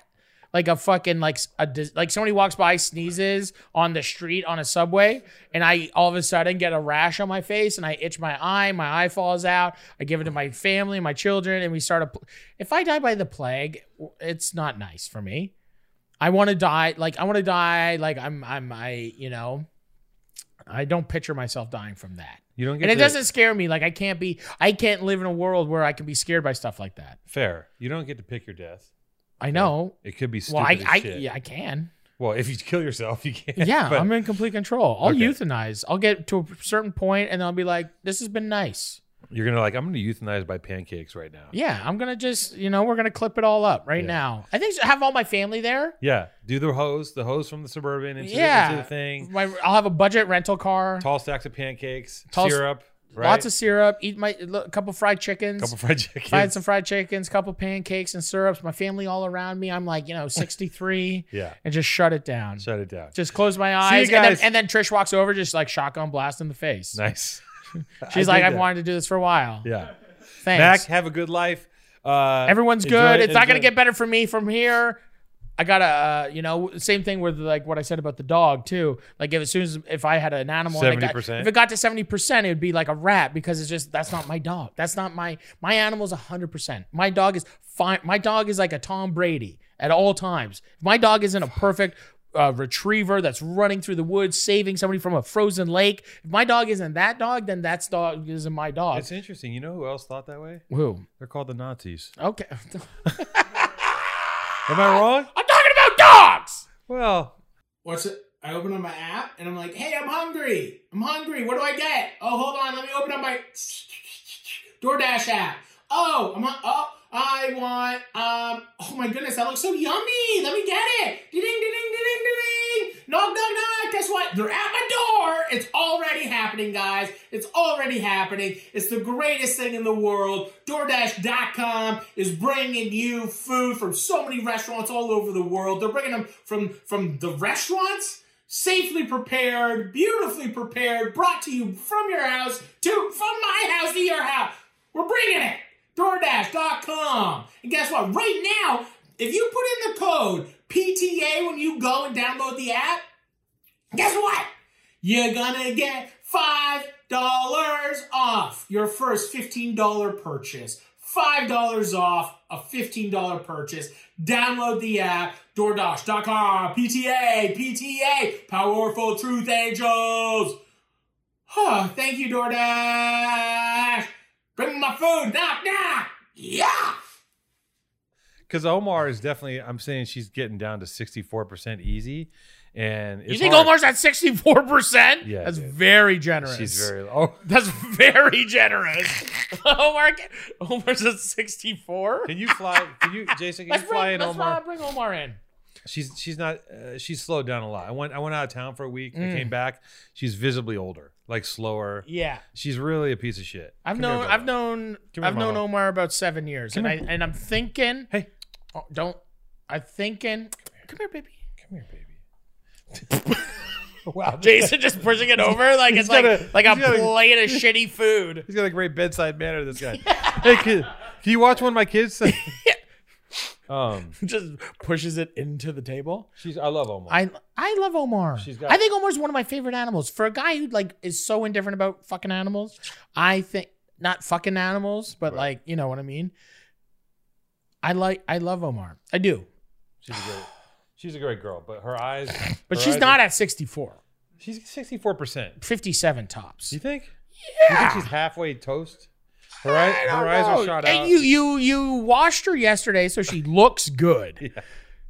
S2: like a fucking like s- a dis- like somebody walks by sneezes on the street on a subway, and I all of a sudden get a rash on my face and I itch my eye, my eye falls out. I give it to my family, my children, and we start a. pl- If I die by the plague, it's not nice for me. I want to die like I want to die like I'm I'm I you know. I don't picture myself dying from that
S1: you don't get
S2: and it
S1: to-
S2: doesn't scare me. Like I can't be, I can't live in a world where I can be scared by stuff like that.
S1: fair. You don't get to pick your death.
S2: I know.
S1: It could be stupid
S2: Well, I,
S1: as
S2: I,
S1: shit.
S2: yeah, I can.
S1: Well, if you kill yourself, you can't.
S2: Yeah,
S1: but-
S2: I'm in complete control. I'll
S1: Okay.
S2: euthanize. I'll get to a certain point, and I'll be like, "This has been nice."
S1: You're gonna like, I'm gonna euthanize by pancakes right now.
S2: Yeah, I'm gonna just, you know, we're gonna clip it all up right
S1: Yeah.
S2: now. I think have all my family there.
S1: Yeah, do the hose, the hose from the suburban into,
S2: Yeah.
S1: the, into the thing.
S2: My, I'll have a budget rental car,
S1: Tall stacks of pancakes,
S2: Tall s-
S1: syrup, right?
S2: lots of syrup, eat my a couple fried chickens.
S1: couple fried chicken.
S2: If I had some fried chickens, couple pancakes and syrups. My family all around me. I'm like, you know, 63,
S1: yeah,
S2: and just shut it down.
S1: shut it down.
S2: Just close my
S1: See you
S2: eyes. And then,
S1: guys.
S2: and then Trish walks over, just like shotgun blast in the face.
S1: Nice.
S2: She's
S1: I
S2: like,
S1: dig
S2: I've
S1: that.
S2: wanted to do this for a while.
S1: Yeah, Mac,
S2: Thanks.
S1: have a good life. Uh,
S2: Everyone's
S1: enjoy-
S2: good. it's not going to
S1: enjoy-
S2: get better for me from here. I got to, uh, you know, same thing with like what I said about the dog, too. Like, if as soon as if I had an animal, and it got-
S1: 70%.
S2: if it got to 70%, it would be like a rat because it's just, that's not my dog. That's not my, my animal's 100%. My dog is fine. My dog is like a Tom Brady at all times. If my dog isn't a perfect uh, retriever that's running through the woods, saving somebody from a frozen lake, if my dog isn't that dog, then that dog isn't my dog.
S1: It's interesting. You know who else thought that way?
S2: Who?
S1: They're called the Nazis.
S2: Okay.
S1: Am I wrong?
S2: I'm talking about dogs.
S1: Well,
S5: What's it? I open up my app and I'm like, hey, I'm hungry. I'm hungry. What do I get? Oh, hold on. Let me open up my DoorDash app. Oh, I'm on. Oh, I want. Um. Oh my goodness, that looks so yummy. Let me get it. Ding, ding, ding, ding, ding. Knock, knock, knock. Guess what? They're at my door. It's already happening, guys. It's already happening. It's the greatest thing in the world. DoorDash.com is bringing you food from so many restaurants all over the world. They're bringing them from from the restaurants safely prepared, beautifully prepared, brought to you from your house to from my house to your house. We're bringing it. DoorDash.com. And guess what? Right now, if you put in the code PTA when you go and download the app, guess what? You're gonna get five dollars off your first fifteen dollar purchase. Five dollars off a fifteen dollar purchase. Download the app, DoorDash.com, PTA, PTA, Powerful Truth Angels. Huh, thank you, DoorDash. Bring me my food, knock, knock. Yeah.
S1: because Omar is definitely. I'm saying she's getting down to 64 percent easy, and it's
S2: you think
S1: hard.
S2: Omar's at sixty four percent?
S1: Yeah,
S2: that's
S1: dude.
S2: very generous.
S1: She's very oh, low.
S2: That's very generous. Omar, Omar's at sixty four.
S1: Can you fly? Can you, Jason? Can
S2: Let's
S1: you
S2: bring,
S1: fly in
S2: let's
S1: Omar?
S2: fly- bring Omar in.
S1: She's she's not. Uh, she's slowed down a lot. I went I went out of town for a week. I came back. She's visibly older, like slower.
S2: Yeah,
S1: She's really a piece of shit.
S2: I've
S1: Come here,
S2: known
S1: Bubba.
S2: I've known
S1: Come here,
S2: I've known
S1: Mama.
S2: Omar about seven years,
S1: Come
S2: and
S1: here.
S2: I and I'm thinking,
S1: Hey.
S2: oh, don't I'm thinking, come here, baby.
S1: Come here, baby. wow.
S2: Jason just pushing it over like it's like
S1: gotta-
S2: like a
S1: he's gotta-
S2: plate of shitty food.
S1: He's got a great bedside manner. This guy. hey, can, can you watch one of my kids? um,
S2: just pushes it into the table.
S1: she's. I love Omar.
S2: I I love Omar.
S1: She's got-
S2: I think Omar's one of my favorite animals. For a guy who like is so indifferent about fucking animals, I think not fucking animals, but
S1: Right.
S2: like you know what I mean. I like I love Omar. I do,
S1: she's a great. She's a great girl, but her eyes.
S2: but
S1: her
S2: she's
S1: eyes
S2: not
S1: Are,
S2: at 64,
S1: she's sixty-four percent.
S2: 57 tops.
S1: You think? You
S2: Yeah.
S1: think she's halfway toast? Her, eye,
S2: I don't
S1: her eyes
S2: know.
S1: are shot
S2: and
S1: out.
S2: you you you washed her yesterday, so she looks good.
S1: Yeah.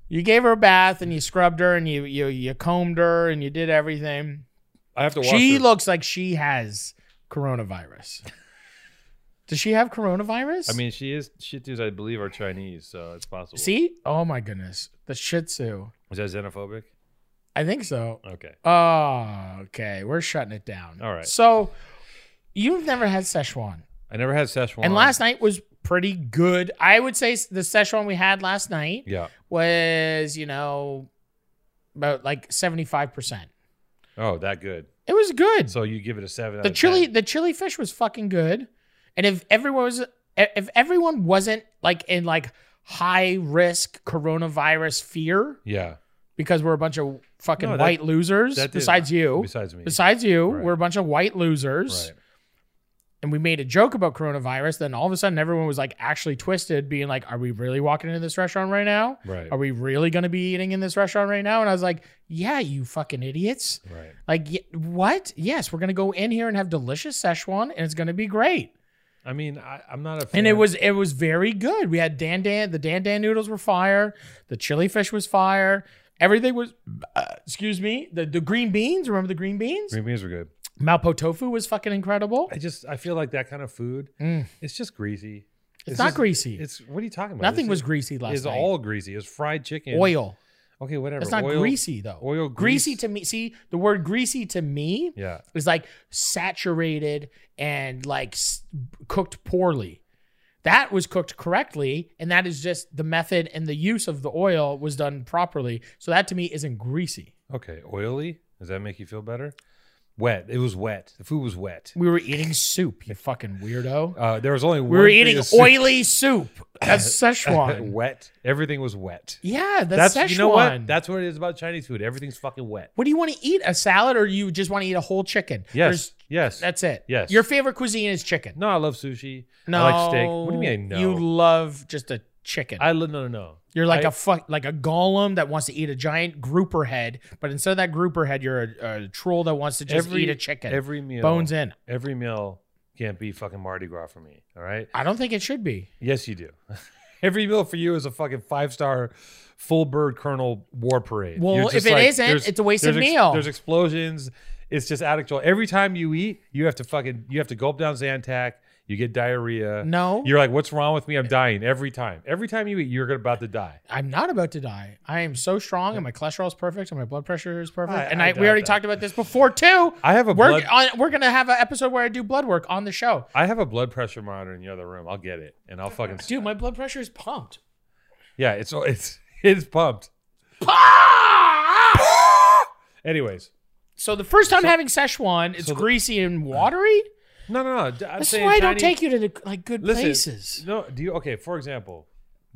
S2: You gave her a bath and you scrubbed her and you you you combed her and you did everything.
S1: I have to watch.
S2: She
S1: her.
S2: looks like she has coronavirus. Does she have coronavirus?
S1: I mean, she is. Shih Tzus, I believe, are Chinese, so it's possible.
S2: see? Oh my goodness, the Shih Tzu.
S1: is that xenophobic?
S2: I think so.
S1: Okay.
S2: Oh, okay. We're shutting it down.
S1: All right.
S2: So you've never had Szechuan,
S1: I never had Szechuan.
S2: and last night was pretty good. I would say the Szechuan we had last night
S1: Yeah.
S2: was, you know, about like seventy five percent.
S1: Oh, that good.
S2: It was good.
S1: So you give it a seven. out
S2: the
S1: of
S2: chili
S1: 10.
S2: the chili fish was fucking good and if everyone was if everyone wasn't like in like high risk coronavirus fear
S1: Yeah.
S2: because we're a bunch of fucking
S1: No, that-
S2: white losers
S1: that did-
S2: besides you
S1: Besides me.
S2: besides you
S1: Right.
S2: we're a bunch of white losers
S1: Right.
S2: and we made a joke about coronavirus then all of a sudden everyone was like actually twisted being like are we really walking into this restaurant right now
S1: Right.
S2: are we really going to be eating in this restaurant right now and i was like yeah you fucking idiots
S1: Right.
S2: like y- what yes we're going to go in here and have delicious szechuan and it's going to be great
S1: I mean, I, I'm not a fan.
S2: And it was it was very good. We had dan dan the dan dan noodles were fire. The chili fish was fire. Everything was uh, excuse me. The the green beans. Remember the green beans?
S1: Green beans are good.
S2: Malpo tofu was fucking incredible.
S1: I just I feel like that kind of food.
S2: Mm.
S1: It's just greasy.
S2: It's, not
S1: just-
S2: greasy.
S1: It's what are you talking about?
S2: Nothing
S1: This
S2: was
S1: is-
S2: greasy last
S1: Is
S2: night.
S1: all greasy. It's fried chicken.
S2: oil.
S1: Okay, whatever.
S2: That's not
S1: Oil-
S2: greasy though.
S1: oil
S2: greasy
S1: grease.
S2: to me. See the word greasy to me
S1: Yeah.
S2: is like saturated and like s- cooked poorly. That was cooked correctly, and that is just the method and the use of the oil was done properly. So that to me isn't greasy.
S1: Okay. Oily. Does that make you feel better? Wet. It was wet. The food was wet.
S2: We were eating soup, you fucking weirdo.
S1: Uh, there was only
S2: We were eating oily soup. That's Szechuan.
S1: wet. Everything was wet.
S2: Yeah, that's, Szechuan.
S1: you know what? That's what it is about Chinese food. Everything's fucking wet.
S2: what do you want to eat? A salad, or you just want to eat a whole chicken?
S1: Yes.
S2: There's-
S1: yes.
S2: that's it.
S1: Yes.
S2: Your favorite cuisine is chicken.
S1: no, I love sushi.
S2: No,
S1: I like steak. What do you mean? I know?
S2: You love just a chicken.
S1: I li- no no no.
S2: You're like
S1: I-
S2: a fuck, like a golem that wants to eat a giant grouper head, but instead of that grouper head, you're a, a troll that wants to just
S1: Every-
S2: eat a chicken.
S1: Every meal.
S2: Bones in.
S1: Every meal can't be fucking Mardi Gras for me. All right.
S2: I don't think it should be.
S1: Yes, you do. Every meal for you is a fucking five star full bird colonel war parade.
S2: Well,
S1: You're
S2: if
S1: just
S2: it
S1: like,
S2: isn't,
S1: there's-
S2: it's a wasted
S1: there's ex-
S2: meal.
S1: There's explosions. It's just out of control. Every time you eat, you have to fucking you have to gulp down Zantac. You get diarrhea.
S2: No.
S1: You're like, what's wrong with me? I'm dying every time. Every time you eat, you're about to die.
S2: I'm not about to die. I am so strong, and my cholesterol is perfect, and my blood pressure is perfect.
S1: I-
S2: and
S1: I
S2: I, we
S1: doubt
S2: already
S1: that.
S2: talked about this before too.
S1: I have a
S2: we're oh.
S1: blood.
S2: on, we're gonna have an episode where I do blood work on the show,
S1: I have a blood pressure monitor in the other room. I'll get it, and I'll fucking
S2: dude. My blood pressure is pumped.
S1: yeah. It's it's it's pumped. Anyways,
S2: So the first time having Szechuan, it's
S1: so the-
S2: greasy and watery.
S1: no, no, no. d- I'm
S2: That's
S1: saying
S2: why I don't
S1: Chinese-
S2: take you to the, like good
S1: Listen,
S2: places.
S1: No, do you okay? For example,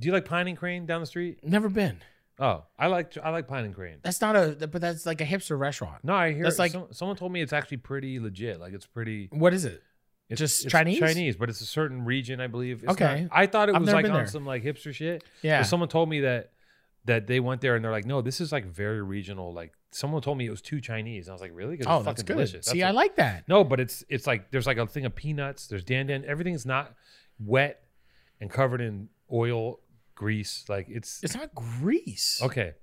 S1: do you like Pine and Crane down the street?
S2: Never been.
S1: Oh, I like I like Pine and Crane.
S2: That's not a, but that's like a hipster restaurant.
S1: No, I hear
S2: That's like-
S1: some, someone told me it's actually pretty legit. Like it's pretty.
S2: What is it?
S1: It's,
S2: Just
S1: it's
S2: Chinese?
S1: Chinese, but it's a certain region, I believe. It's
S2: Okay.
S1: not- I thought it
S2: I've
S1: was
S2: never
S1: like
S2: been
S1: on
S2: there.
S1: some like hipster shit.
S2: Yeah.
S1: But someone told me that that they went there and they're like, no, this is like very regional. Like someone told me it was too Chinese. And I was like, really? 'Cause
S2: Oh,
S1: it's
S2: that's
S1: fucking
S2: good.
S1: delicious.
S2: See,
S1: That's
S2: I
S1: what-
S2: like that.
S1: No, but it's it's like there's like a thing of peanuts. There's dan dan. Everything's not wet and covered in oil grease. Like it's
S2: It's not grease.
S1: okay.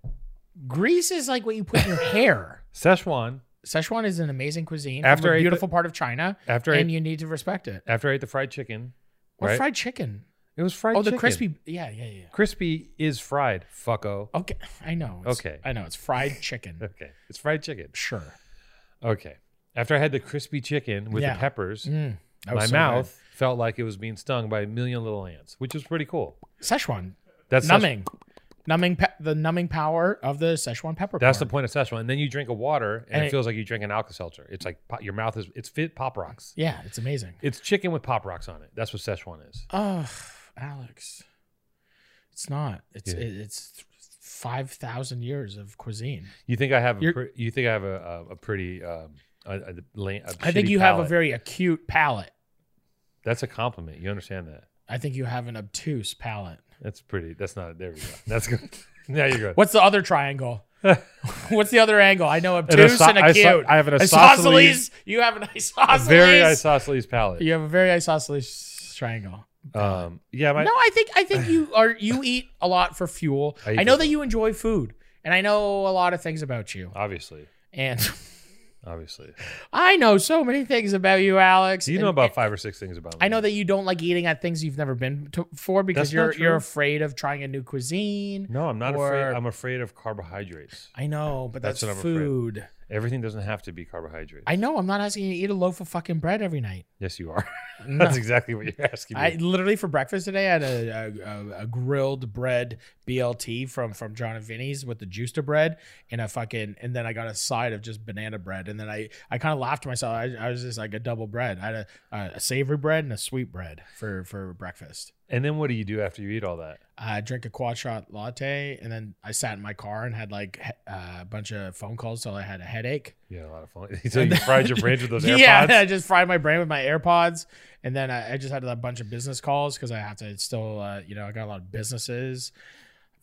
S2: Grease is like what you put in your hair.
S1: Szechuan.
S2: Szechuan is an amazing cuisine
S1: After
S2: after
S1: I
S2: a
S1: put-
S2: beautiful part of China,
S1: After I
S2: and you need to respect it.
S1: after I ate the fried chicken,
S2: Or
S1: right?
S2: fried chicken.
S1: it was fried.
S2: oh, the
S1: chicken.
S2: crispy. Yeah, yeah, yeah.
S1: Crispy is fried. Fucko.
S2: Okay, I know. It's,
S1: Okay.
S2: I know it's fried chicken.
S1: Okay, it's fried chicken.
S2: sure.
S1: Okay. After I had the crispy chicken with
S2: Yeah.
S1: the peppers,
S2: Mm, that was
S1: my
S2: so
S1: mouth felt like it was being stung by a million little ants, which was pretty cool.
S2: good. Szechuan
S1: That's Szech-
S2: numbing, numbing pe- the numbing power of the Szechuan pepper.
S1: That's the
S2: corn.
S1: point of Szechuan. And then you drink a water, and,
S2: And
S1: it,
S2: it-
S1: feels like you drink an Alka-Seltzer. It's like pop, your mouth is it's fit pop rocks.
S2: Yeah, it's amazing.
S1: It's chicken with pop rocks on it. That's what Szechuan is.
S2: Oh, Alex, it's not. It's
S1: Yeah.
S2: it, it's th- five thousand years of cuisine.
S1: You think I have a
S2: You're-
S1: pre- you think I have a a, a pretty um, a, a, la- a
S2: I think
S1: shitty
S2: you have
S1: palate.
S2: a very acute palate.
S1: that's a compliment. You understand that?
S2: I think you have an obtuse palate.
S1: That's pretty. That's not there. We go. That's good. now you're good.
S2: What's the other triangle? What's the other angle? I know
S1: An
S2: obtuse
S1: iso-
S2: and
S1: iso-
S2: acute.
S1: I have an
S2: isosceles. You have an isosceles.
S1: Very isosceles palate.
S2: You have a very isosceles triangle.
S1: Um, yeah, my,
S2: no, I think I think you are you eat a lot for fuel.
S1: I eat
S2: I, know
S1: for
S2: that you enjoy food, and I know a lot of things about you.
S1: obviously,
S2: And
S1: obviously.
S2: I know so many things about you, Alex.
S1: Do you know
S2: and-
S1: about five or six things about me?
S2: I know that you don't like eating at things you've never been to before because
S1: That's not
S2: you're you're
S1: true.
S2: afraid of trying a new cuisine.
S1: No, I'm not
S2: or-
S1: afraid. I'm afraid of carbohydrates.
S2: I know, but that's,
S1: That's what I'm afraid of.
S2: food.
S1: Everything doesn't have to be carbohydrates.
S2: I know. I'm not asking you to eat a loaf of fucking bread every night.
S1: yes, you are.
S2: No.
S1: That's exactly what you're asking me.
S2: I literally for breakfast today I had a, a, a, a grilled bread BLT from from John and Vinny's with the juice to bread and a fucking and then I got a side of just banana bread and then I I kind of laughed to myself I, I was just like a double bread I had a, a, a savory bread and a sweet bread for for breakfast.
S1: and then what do you do after you eat all that?
S2: I drank a quad shot latte and then I sat in my car and had like he- uh, a bunch of phone calls till I had a headache.
S1: You had a lot of fun. so you fried your brains with those AirPods.
S2: Yeah, I just fried my brain with my AirPods, and then I, I just had a bunch of business calls because I have to still, uh, you know, I got a lot of businesses,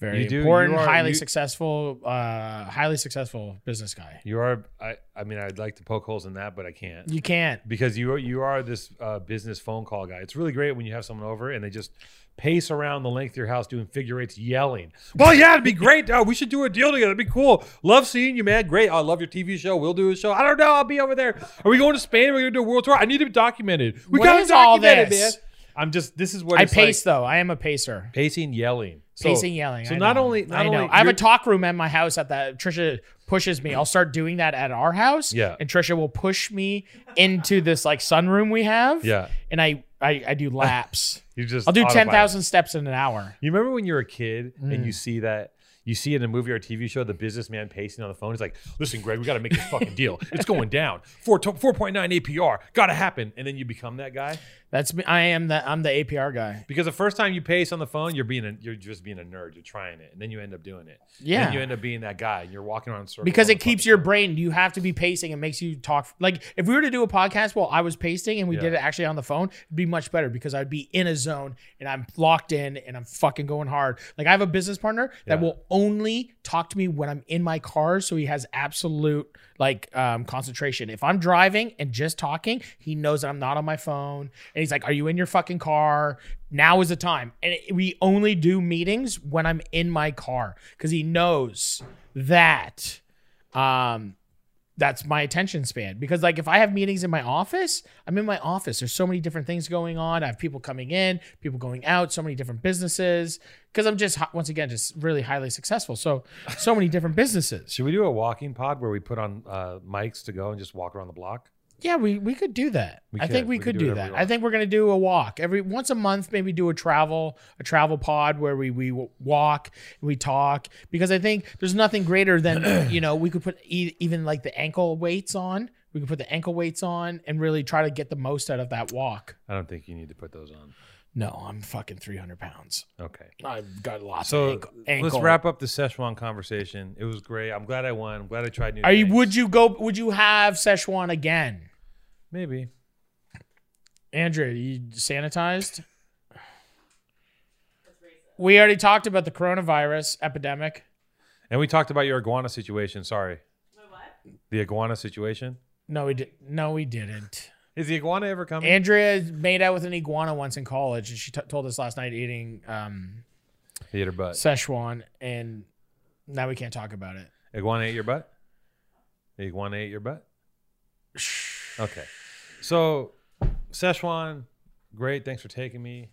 S2: very
S1: You do, you
S2: important,
S1: are-
S2: highly
S1: you-
S2: successful, uh, highly successful business guy.
S1: You are. I. I mean, I'd like to poke holes in that, but I can't
S2: You can't.
S1: because you are you are this uh, business phone call guy. It's really great when you have someone over and they just pace around the length of your house doing figure eights, yelling. Well, yeah, it'd be great. Oh, we should do a deal together. It'd be cool. Love seeing you, man. Great. I love your TV show. We'll do a show. I don't know. I'll be over there. Are we going to Spain? We're gonna do a world tour. I need to be documented. We
S2: What
S1: got to
S2: is all
S1: document it, man.
S2: this?
S1: I'm just. This is what
S2: I
S1: it's like.
S2: pace though. I am a pacer.
S1: pacing, yelling, So-
S2: Pacing, yelling.
S1: So
S2: I
S1: not
S2: know.
S1: only not
S2: I know.
S1: only
S2: I have a
S1: you're-
S2: talk room at my house. At that, Trisha pushes me. I'll start doing that at our house.
S1: Yeah.
S2: and Trisha will push me into this like sunroom we have.
S1: yeah.
S2: and I I, I do laps.
S1: You just.
S2: I'll do
S1: autopilot.
S2: ten thousand steps in an hour.
S1: You remember when you were a kid
S2: Mm.
S1: and you see that you see in a movie or a TV show the businessman pacing on the phone. He's like, "Listen, Greg, we got to make this fucking deal. It's going down. Four four point nine APR. Got to happen." And then you become that guy
S2: That's me. I am the I'm the APR guy.
S1: because the first time you pace on the phone, you're being a, you're just being a nerd. You're trying it, and then you end up doing it.
S2: Yeah.
S1: and you end up being that guy, and you're walking around in circles
S2: Because
S1: on
S2: it
S1: the
S2: keeps
S1: fucking
S2: your
S1: phone.
S2: brain. You have to be pacing. It makes you talk. Like if we were to do a podcast while I was pacing and we did
S1: Yeah.
S2: it actually on the phone, it'd be much better because I'd be in a zone and I'm locked in and I'm fucking going hard. Like I have a business partner that
S1: Yeah.
S2: will only talk to me when I'm in my car, so he has absolute like um, concentration. If I'm driving and just talking, he knows that I'm not on my phone, and he's like, "Are you in your fucking car?" Now is the time, and it- we only do meetings when I'm in my car because he knows that um that's my attention span because like if i have meetings in my office i'm in my office there's so many different things going on i have people coming in people going out so many different businesses because i'm just hi- once again just really highly successful so so many different businesses
S1: Should we do a walking pod where we put on uh, mics to go and just walk around the block?
S2: yeah we we could do that
S1: We
S2: i think
S1: could. We
S2: we,
S1: could
S2: could
S1: do
S2: do,
S1: whatever
S2: that
S1: we
S2: i
S1: want.
S2: think we're gonna do a walk every once a month maybe do a travel a travel pod where we we w- walk we talk because i think there's nothing greater than you know we could put e- even like the ankle weights on we could put the ankle weights on and really try to get the most out of that walk
S1: I don't think you need to put those on.
S2: no i'm fucking 300 pounds
S1: Okay.
S2: i've got lots
S1: So
S2: of ankle, ankle.
S1: let's wrap up the Szechuan conversation. It was great. I'm glad I won. I'm glad I tried new.
S2: are you
S1: things.
S2: would you go would you have szechuan again
S1: maybe?
S2: Andrea, you sanitized? We already talked about the coronavirus epidemic.
S1: And we talked about your iguana situation. Sorry. The iguana situation.
S2: No, we did. No, we didn't.
S1: Is the iguana ever coming?
S2: Andrea made out with an iguana once in college, and she t- told us last night eating um,
S1: He ate her butt.
S6: Szechuan, and now we can't talk about it.
S1: Iguana ate your butt? Iguana ate your butt? Okay. So, Szechuan, great. Thanks for taking me.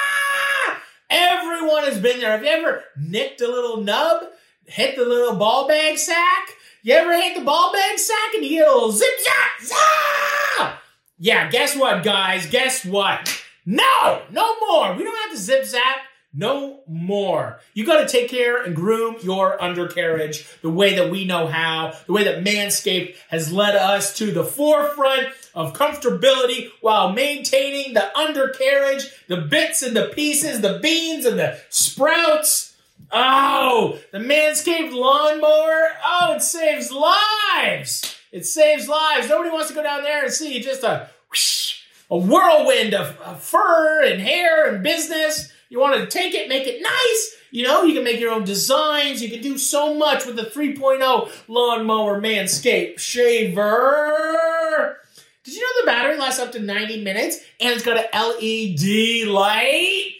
S2: Ah! Everyone has been there. Have you ever nicked a little nub? Hit the little ball bag sack? You ever hit the ball bag sack and you get a little Ah! zip zap zap? Yeah, guess what, guys? Guess what? No, no more. We don't have to zip zap. No more. You got to take care and groom your undercarriage the way that we know how, the way that Manscaped has led us to the forefront of comfortability while maintaining the undercarriage, the bits and the pieces, the beans and the sprouts. Oh, the Manscaped lawnmower. Oh, it saves lives. It saves lives. Nobody wants to go down there and see just a whoosh, a whirlwind of, of fur and hair and business. You want to take it, make it nice. You know, you can make your own designs. You can do so much with the 3.0 lawnmower Manscaped shaver. Did you know the battery lasts up to 90 minutes and it's got a LED light?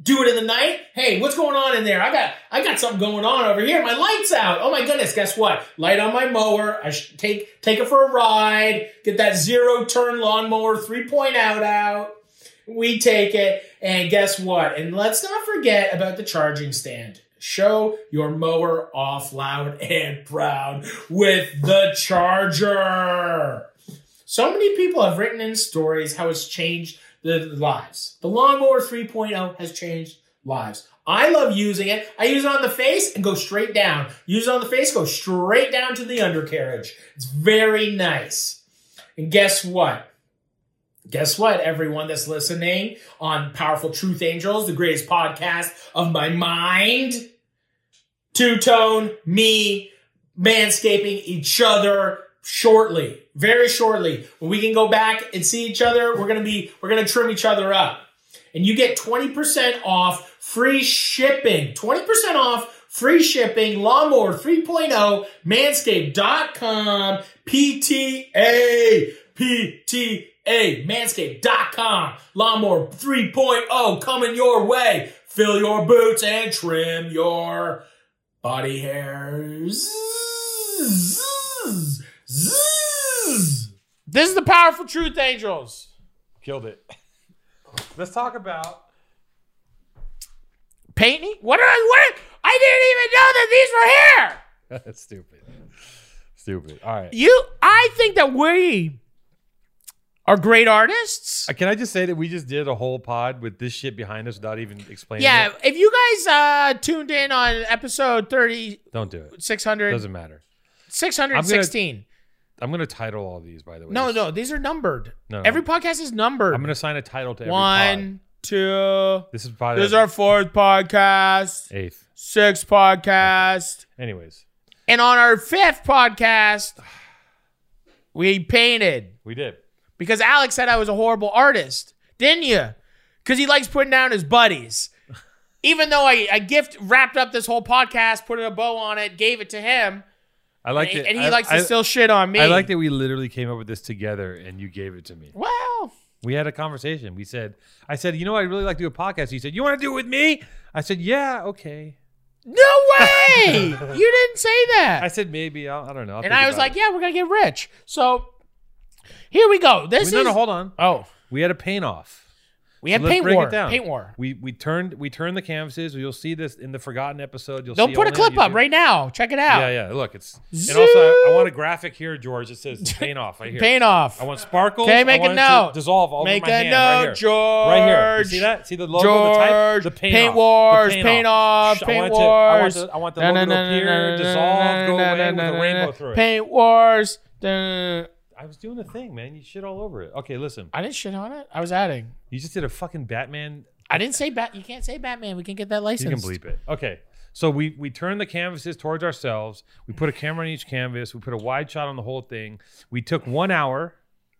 S2: do it in the night. Hey, what's going on in there? I got I got something going on over here. My light's out. Oh my goodness! Guess what? Light on my mower. I sh- take take it for a ride. Get that zero turn lawnmower 3.0 out. We take it, and guess what? And let's not forget about the charging stand. Show your mower off loud and proud with the charger. So many people have written in stories how it's changed the the lives. The lawnmower 3.0 has changed lives. I love using it. I use it on the face and go straight down. Use it on the face, go straight down to the undercarriage. It's very nice. And guess what? Guess what, everyone that's listening on Powerful Truth Angels, the greatest podcast of my mind? Two Tone, me, manscaping each other shortly, very shortly. When we can go back and see each other, we're gonna be we're gonna trim each other up. And you get 20% off free shipping. 20% off free shipping, lawnmower oh, 3.0, manscaped.com, PTA, PTA, manscaped.com, lawnmower 3.0 coming your way. Fill your boots and trim your body hairs. Zzz.
S6: This is the powerful truth, angels.
S1: Killed it. Let's talk about.
S6: Painting? What are what? I didn't even know that these were here.
S1: That's stupid. Stupid. All right.
S6: You, I think that we are great artists.
S1: Uh, Can I just say that we just did a whole pod with this shit behind us without even explaining?
S6: Yeah,
S1: it?
S6: if you guys uh, tuned in on episode 30,
S1: Don't do it.
S6: 600,
S1: Doesn't matter.
S6: 616.
S1: I'm gonna title all these, by the way.
S6: No, no, these are numbered.
S1: No.
S6: Every podcast is numbered.
S1: I'm gonna assign a title to every pod.
S6: One, two.
S1: This is pod.
S6: This is our fourth podcast,
S1: eighth.
S6: sixth podcast,
S1: Anyways,
S6: and on our fifth podcast, we painted
S1: we did.
S6: because Alex said I was a horrible artist, didn't you? Because he likes putting down his buddies. Even though I, I gift wrapped up this whole podcast, put a bow on it, gave it to him,
S1: I liked
S6: and,
S1: it.
S6: and he
S1: I-
S6: likes
S1: I,
S6: to still shit on me.
S1: I like that we literally came up with this together, and you gave it to me.
S6: Well,
S1: We had a conversation. We said, I said, you know, I'd really like to do a podcast. He said, you want to do it with me? I said, yeah, okay.
S6: no way! you didn't say that.
S1: I said, maybe. I'll, I don't know. I'll
S6: and
S1: think
S6: I was
S1: about
S6: like,
S1: it."
S6: yeah, we're gonna get rich. So here we go. This
S1: We- no,
S6: is
S1: no, hold on.
S6: oh,
S1: We had a paint off.
S6: we had
S1: So let's
S6: paint
S1: break
S6: war.
S1: it down.
S6: Paint war.
S1: We we turned we turned the canvases. You'll see this in the forgotten episode. You'll
S6: Don't
S1: see
S6: put a
S1: only on
S6: clip up
S1: YouTube.
S6: right now. Check it out.
S1: Yeah, yeah. Look, it's and also I, I
S6: Zoom.
S1: want a graphic here, George. It says paint off right here.
S6: Paint off.
S1: I want sparkles.
S6: Okay,
S1: I
S6: make a
S1: want it to
S6: note.
S1: dissolve all
S6: Make
S1: over my
S6: a
S1: hand
S6: note,
S1: right here.
S6: George.
S1: Right here. You see that? See the logo, the type,
S6: George,
S1: the paint,
S6: paint
S1: off,
S6: wars,
S1: the
S6: paint off,
S1: Sh- I
S6: paint
S1: want to- I want
S6: wars.
S1: the- I want the
S6: Na-
S1: logo
S6: na-
S1: to
S6: na-
S1: appear,
S6: na- na-
S1: dissolve, go
S6: na-
S1: away
S6: na-
S1: with
S6: na-
S1: a
S6: na-
S1: rainbow
S6: na-
S1: through it.
S6: Paint wars. Da-
S1: I was doing a thing, man. You shit all over it. Okay, listen.
S6: I didn't shit on it. I was adding.
S1: You just did a fucking Batman.
S6: I didn't say bat. You can't say Batman. We can get that
S1: You
S6: license.
S1: can bleep it. Okay. So we we turned the canvases towards ourselves. We put a camera on each canvas. We put a wide shot on the whole thing. We took one hour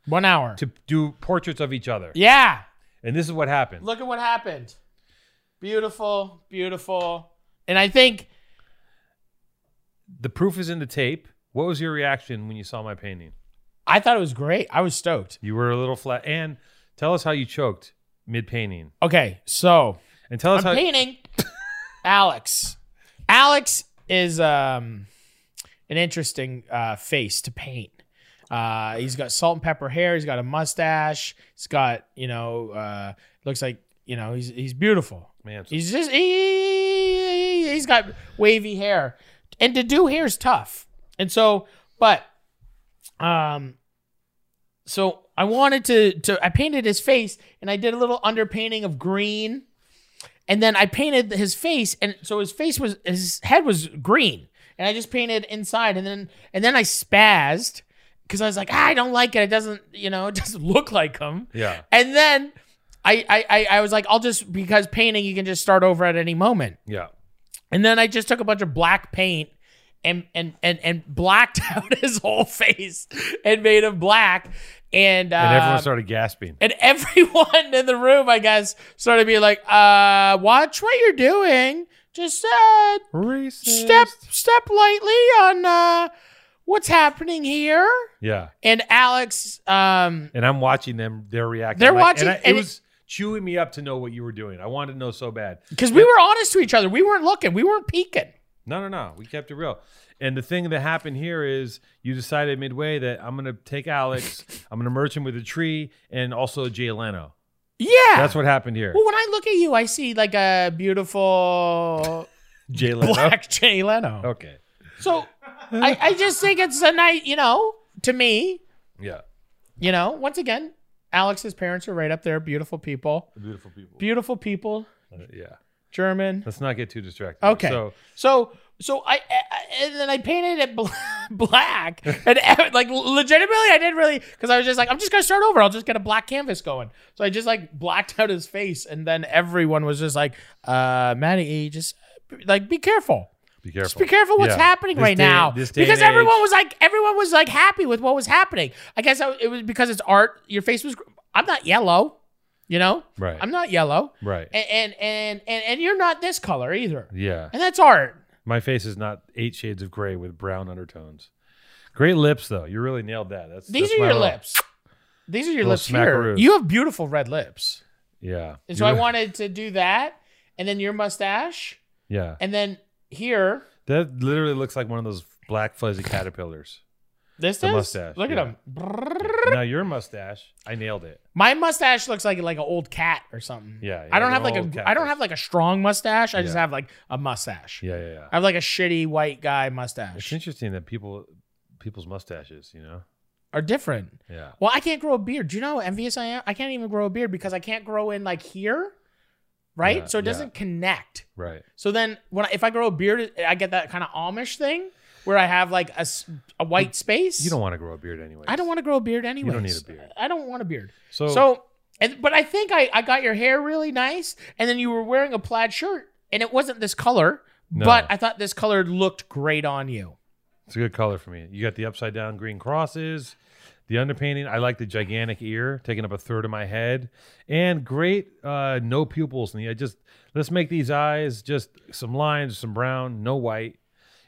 S6: One hour.
S1: to do portraits of each other.
S6: yeah.
S1: And this is what happened.
S6: Look at what happened. Beautiful, beautiful. And I think
S1: The proof is in the tape. What was your reaction when you saw my painting?
S6: I thought it was great. I was stoked.
S1: You were a little flat. And tell us how you choked mid painting.
S6: Okay, so
S1: And tell us how
S2: I'm painting. Alex. Alex is um an interesting uh, face to paint. Uh, he's got salt and pepper hair. He's got a mustache. He's got you know uh, looks like you know he's he's beautiful.
S1: man.
S2: He's just he, he's got wavy hair, and to do hair is tough. And so, but, um, so I wanted to to I painted his face, and I did a little underpainting of green, and then I painted his face, and so his face was his head was green, and I just painted inside, and then and then I spazzed because I was like, "Ah, I don't like it. It doesn't you know it doesn't look like him.
S1: yeah.
S2: And then I, I I I was like, I'll just because painting you can just start over at any moment.
S1: Yeah.
S2: And then I just took a bunch of black paint and and and and blacked out his whole face and made him black. And uh,
S1: And everyone started gasping.
S2: and everyone in the room, I guess, started being like, uh, watch what you're doing. Just uh, step step lightly on uh, what's happening here.
S1: Yeah.
S2: And Alex, um,
S1: And I'm watching them. They're reacting.
S2: They're
S1: I'm like- and
S2: watching,
S1: I- it
S2: and it-
S1: was chewing me up to know what you were doing. I wanted to know so bad.
S2: because we were honest to each other, we weren't looking, we weren't peeking.
S1: No, no, no. We kept it real. And the thing that happened here is you decided midway that I'm gonna take Alex, I'm gonna merge him with a tree, and also Jay Leno.
S2: Yeah.
S1: That's what happened here.
S2: well, when I look at you, I see like a beautiful
S1: Jay Leno.
S2: black Jay Leno.
S1: Okay.
S2: So I, I just think it's a night, you know, to me,
S1: Yeah.
S2: you know, once again, Alex's parents are right up there. Beautiful people.
S1: Beautiful people.
S2: Beautiful people.
S1: yeah.
S2: German.
S1: Let's not get too distracted.
S2: Okay.
S1: So
S2: So so I, I- and then I painted it bl- black and ev- like legitimately I didn't really because I was just like I'm just gonna start over I'll just get a black canvas going so I just like blacked out his face and then everyone was just like uh Maddie just like be careful
S1: be careful.
S2: just be careful what's
S1: Yeah.
S2: happening
S1: This
S2: right
S1: day-
S2: now
S1: This day
S2: because
S1: and age-
S2: everyone was like everyone was like happy with what was happening I guess I, it was because it's art your face was gr- I'm not yellow you know
S1: Right.
S2: I'm not yellow
S1: right.
S2: and and and and, and you're not this color either
S1: yeah.
S2: and that's art.
S1: My face is not eight shades of gray with brown undertones. Great lips though. You really nailed that. That's
S2: These
S1: that's
S2: are
S1: my
S2: your
S1: little-
S2: lips. These are your
S1: Little
S2: lips here.
S1: smackaroos.
S2: You have beautiful red lips.
S1: Yeah.
S2: And so I wanted to do that. And then your mustache.
S1: Yeah.
S2: And then here,
S1: That literally looks like one of those black fuzzy caterpillars.
S2: this
S1: The
S2: does.
S1: mustache,
S2: Look
S1: yeah.
S2: at him. Brrrr.
S1: now your mustache, I nailed it.
S2: My mustache looks like like an old cat or something.
S1: Yeah,
S2: I don't
S1: yeah,
S2: have
S1: an
S2: like
S1: old
S2: a
S1: cat
S2: I don't
S1: face.
S2: have like a strong mustache. I just
S1: Yeah.
S2: have like a mustache.
S1: Yeah, yeah, yeah.
S2: I have like a shitty white guy
S1: It's
S2: mustache.
S1: interesting that people people's mustaches, you know.
S2: Are different.
S1: Yeah.
S2: Well, I can't grow a beard. Do you know how envious I am? I can't even grow a beard because I can't grow in like here. Right?
S1: Yeah,
S2: so it
S1: yeah.
S2: doesn't connect.
S1: Right.
S2: So then, when I, if I grow a beard, I get that kind of Amish thing where I have like a, s- a white space.
S1: You don't want to grow a beard anyway.
S2: I don't want to grow a beard anyway.
S1: don't need a beard.
S2: I don't want a beard.
S1: So,
S2: So, and, but I think I, I got your hair really nice, and then you were wearing a plaid shirt, and it wasn't this color,
S1: No.
S2: but I thought this color looked great on you.
S1: it's a good color for me. You got the upside down green crosses, the underpainting. I like the gigantic ear taking up a third of my head, and great uh, no pupils. And I just let's make these eyes just some lines, some brown, no white.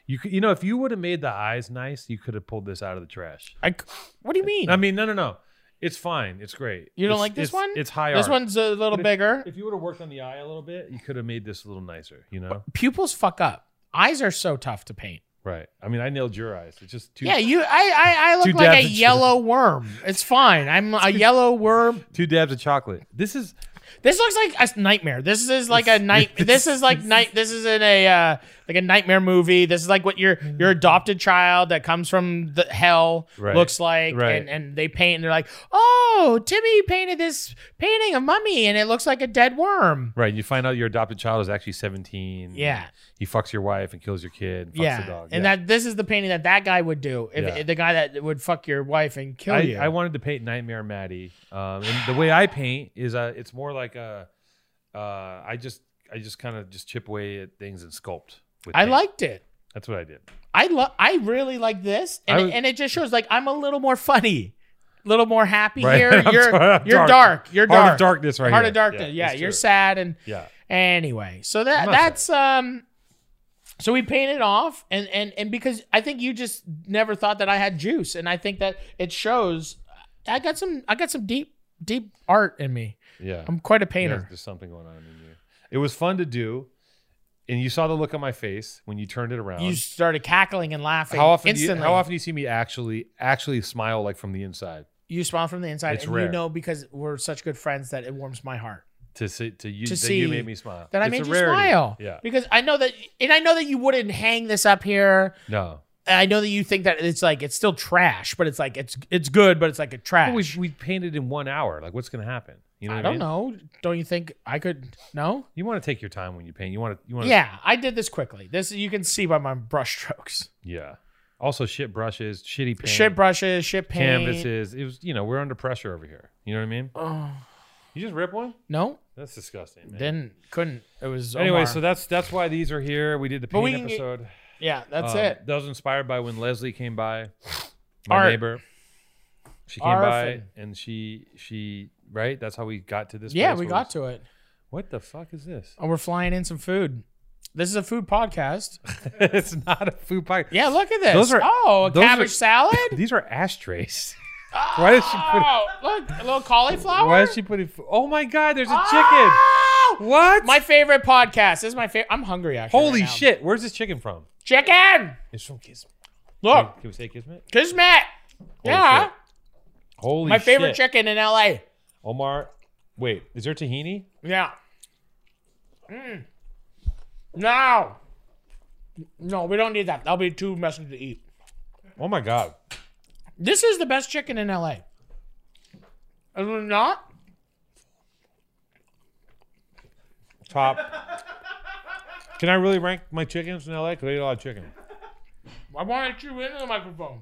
S1: You could, you know, if you would have made the eyes nice, you could have pulled this out of the trash.
S2: I, c- what do you mean?
S1: I mean, no, no, no. It's fine. It's great.
S2: you don't
S1: It's-
S2: like this
S1: it's-
S2: one?
S1: It's high
S2: This
S1: art.
S2: one's a little
S1: But
S2: bigger.
S1: If you would have worked on the eye a little bit, you could have made this a little nicer, you know?
S2: Pupils fuck up. Eyes are so tough to paint.
S1: Right. I mean, I nailed your eyes. It's just two
S2: Yeah, you. I I, I
S1: Two
S2: look like
S1: dabs
S2: a
S1: of sugar.
S2: yellow worm. It's fine. I'm a yellow worm
S1: two dabs of chocolate. This is
S2: This looks like a s- nightmare. This is like a night. This is like night. This is in a uh, like a nightmare movie. This is like what your your adopted child that comes from the hell
S1: Mm. Right.
S2: looks like,
S1: Right.
S2: and and they paint. and They're like, oh, Timmy painted this painting of mummy, and it looks like a dead worm.
S1: right. You find out your adopted child is actually 17.
S2: Yeah.
S1: He fucks your wife and kills your kid and fucks
S2: yeah,
S1: the dog.
S2: and
S1: Yeah.
S2: that this is the painting that that guy would do. If
S1: Yeah.
S2: the guy that would fuck your wife and kill you.
S1: I, I wanted to paint Nightmare Maddie. Um, and the way I paint is uh, it's more like a, uh, I just I just kind of just chip away at things and sculpt. With
S2: I
S1: paint.
S2: liked it.
S1: That's what I did.
S2: I love. I really like this, and,
S1: I was-
S2: and it just shows like I'm a little more funny, a little more happy
S1: Right.
S2: here.
S1: I'm
S2: You're
S1: sorry, I'm
S2: you're dark.
S1: dark.
S2: You're
S1: Heart
S2: dark.
S1: of darkness, right
S2: Heart
S1: here.
S2: of darkness. Yeah,
S1: it's
S2: you're
S1: true.
S2: sad, and
S1: Yeah.
S2: anyway, so that
S1: I'm not
S2: that's um. So we painted off, and and and because I think you just never thought that I had juice, and I think that it shows. I got some. I got some deep deep art in me.
S1: Yeah.
S2: I'm quite a
S1: Yeah,
S2: painter.
S1: there's something going on in you. It was fun to do, and you saw the look on my face when you turned it around.
S2: You started cackling and laughing
S1: how often? Do you,
S2: instantly.
S1: how often do you see me actually actually smile like from the inside
S2: you smile from the inside,
S1: It's
S2: and
S1: rare.
S2: you know because we're such good friends that it warms my heart
S1: to see to you
S2: To
S1: that you
S2: see
S1: made me smile.
S2: that I
S1: It's
S2: made
S1: a
S2: you
S1: rarity.
S2: smile.
S1: Yeah.
S2: because I know that, and I know that you wouldn't hang this up here.
S1: No.
S2: And I know that you think that it's like it's still trash, but it's like it's it's good, but it's like a trash.
S1: But we we painted in one hour. Like what's gonna happen? You know.
S2: I
S1: what
S2: don't
S1: mean?
S2: know. Don't you think I could? No.
S1: You want to take your time when you paint. You want to. You want.
S2: Yeah, I did this quickly. This you can see by my brush strokes.
S1: Yeah. Also, shit brushes, shitty paint,
S2: Shit brushes, shit paint.
S1: canvases. It was. You know, we're under pressure over here. You know what I mean?
S2: Oh,
S1: You just rip one.
S2: no,
S1: That's disgusting, man.
S2: didn't couldn't. It was
S1: anyway,
S2: Omar.
S1: so that's that's why these are here. We did the
S2: But
S1: paint
S2: we can get-
S1: episode.
S2: yeah, that's
S1: Um,
S2: it.
S1: That was inspired by when Leslie came by, my
S2: Art.
S1: neighbor. She came by
S2: Arfin.
S1: and she she right. That's how we got to this.
S2: Yeah,
S1: place
S2: we
S1: where
S2: got to it.
S1: What the fuck is this?
S2: Oh, we're flying in some food. This is a food podcast.
S1: it's not a food podcast.
S2: Yeah, look at this.
S1: Those are-
S2: oh, a
S1: those are-
S2: cabbage salad.
S1: These are ashtrays. Why does she put?
S2: Oh, look, a little cauliflower.
S1: Why is she putting? f- Oh my God! There's a
S2: Oh!
S1: chicken. What?
S2: Ah! My favorite podcast. This is my favorite. I'm hungry actually.
S1: Holy
S2: right now.
S1: shit! Where's this chicken from?
S2: Chicken.
S1: It's from Kismet.
S2: Look,
S1: Can we say Kismet?
S2: Kismet.
S1: Holy
S2: Oh. yeah,
S1: shit. Holy
S2: my favorite
S1: shit.
S2: chicken in LA.
S1: Omar, wait, is there tahini?
S2: Yeah. Mm. No. No, we don't need that. That'll be too messy to eat.
S1: Oh my God!
S2: This is the best chicken in LA. Is it not?
S1: Top. Can I really rank my chickens in LA? Because I eat a lot of chicken.
S2: I want to chew into the microphone.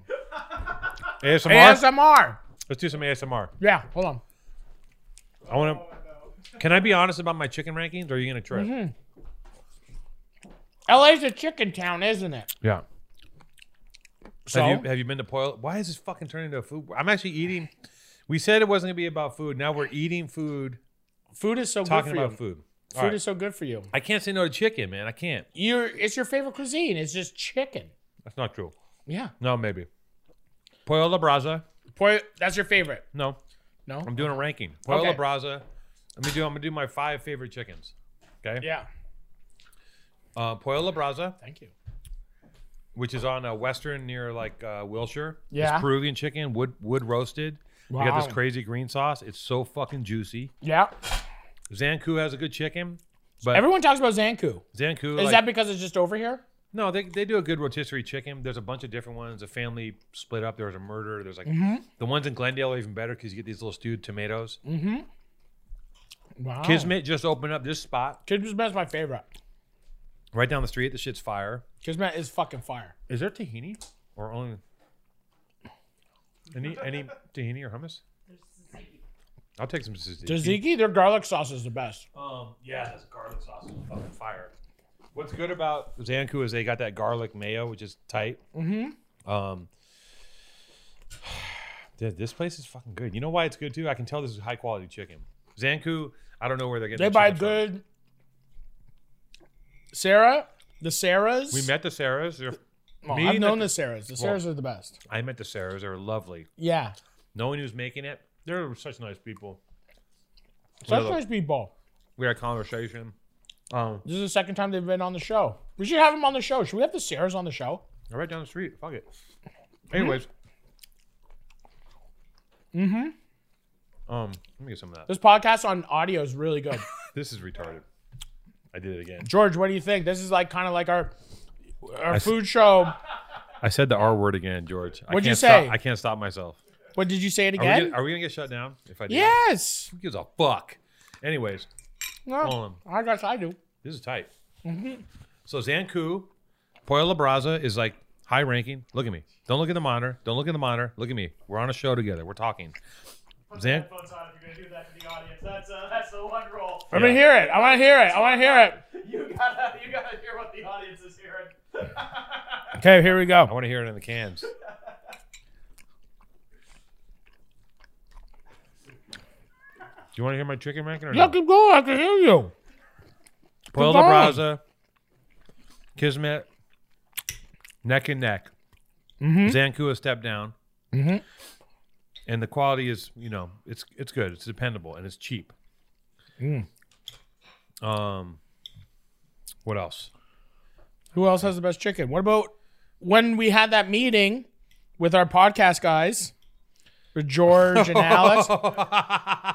S1: ASMR.
S2: ASMR.
S1: Let's do some ASMR.
S2: Yeah, hold on.
S1: I want to. Can I be honest about my chicken rankings? Or are you gonna try?
S2: Mm-hmm. LA's a chicken town, isn't it?
S1: Yeah.
S2: So
S1: Have you have you been to Poil? Why is this fucking turning into a food? I'm actually eating. We said it wasn't gonna be about food. Now we're eating food,
S2: food is so
S1: talking
S2: good for
S1: about
S2: you.
S1: food.
S2: Food
S1: All right.
S2: is so good for you.
S1: I can't say no to chicken, man. I can't.
S2: You're it's your favorite cuisine. It's just chicken.
S1: That's not true.
S2: Yeah.
S1: No, maybe. Pollo la brasa.
S2: Poi- that's your favorite.
S1: No,
S2: No?
S1: I'm doing a ranking. Pollo la
S2: Okay.
S1: brasa. Let me do. I'm gonna do my five favorite chickens. Okay.
S2: Yeah.
S1: Uh, Pollo la brasa,
S2: Thank you.
S1: which is on uh, Western near like uh, Wilshire.
S2: Yeah.
S1: It's Peruvian chicken, wood wood roasted. They got this
S2: Wow.
S1: crazy green sauce. It's so fucking juicy.
S2: Yeah.
S1: Zanku has a good chicken, but
S2: Everyone talks about Zanku.
S1: Zanku
S2: Is
S1: like-
S2: that because it's just over here?
S1: no, they, they do a good rotisserie chicken. There's a bunch of different ones. A family split up. There was a murder. There's like the ones in Glendale are even better because you get these little stewed tomatoes.
S2: Wow.
S1: Kismet just opened up this spot
S2: Kismet's my favorite.
S1: right down the street. The shit's fire.
S2: Kismet is fucking fire.
S1: Is there tahini or only any any tahini or hummus? I'll take some tzatziki.
S2: Tzatziki, their garlic sauce is the best.
S1: Um, yeah, that's garlic sauce is fucking fire. What's good about Zanku is they got that garlic mayo, which is tight. Mm-hmm. Um, dude, this place is fucking good. You know why it's good too? I can tell this is high quality chicken. Zanku, I don't know where they're getting.
S2: They
S1: their
S2: buy
S1: chicken from.
S2: good. Sarah, the Sarahs.
S1: We met the Sarahs. They're,
S2: Well,
S1: me
S2: Oh, I've
S1: and
S2: known
S1: the-
S2: the Sarahs. The Sarahs are the best.
S1: I met the Sarahs. They were lovely.
S2: Yeah.
S1: No one who's making it. They're such nice people.
S2: Such
S1: Really?
S2: nice people.
S1: We had a conversation. Um,
S2: This is the second time they've been on the show. We should have them on the show. Should we have the Sarahs on the show?
S1: they're right down the street. Fuck it. Anyways. Mm-hmm. Um, let me get some of that.
S2: This podcast on audio is really good.
S1: This is retarded. I did it again.
S2: George, what do you think? This is like kind of like our our
S1: s-
S2: food show.
S1: I said the R word again, George. I
S2: What'd you
S1: can't stop-
S2: say?
S1: I can't stop myself.
S2: What did you say it
S1: Are we,
S2: again?
S1: gonna, are we gonna get shut down if I do? that?
S2: yes.
S1: Who gives a fuck? Anyways,
S2: No,
S1: on.
S2: I guess I do.
S1: this is tight.
S2: Mm-hmm.
S1: So Zanku, Pollo La Brasa is like high ranking. Look at me. Don't look at the monitor. Don't look at the monitor. Look at me. We're on a show together. We're talking. Zan,
S3: Headphones on if you're gonna do that to the audience. That's uh, that's the one rule.
S2: Let me
S1: Yeah.
S2: hear it. I want to hear it. I want to hear it.
S3: You gotta you gotta hear what the audience is hearing.
S2: Okay, here we
S1: I
S2: go.
S1: want to hear it in the cans. Do you want to hear my chicken ranking or
S2: Yeah,
S1: no?
S2: keep going. I can hear you.
S1: Pueblo
S2: Come on.
S1: Brasa, Kismet, neck and neck. Zanku a step down. And the quality is, you know, it's it's good. It's dependable and it's cheap. Um, what else?
S2: Who else has the best chicken? What about when we had that meeting with our podcast guys, with George and Alex?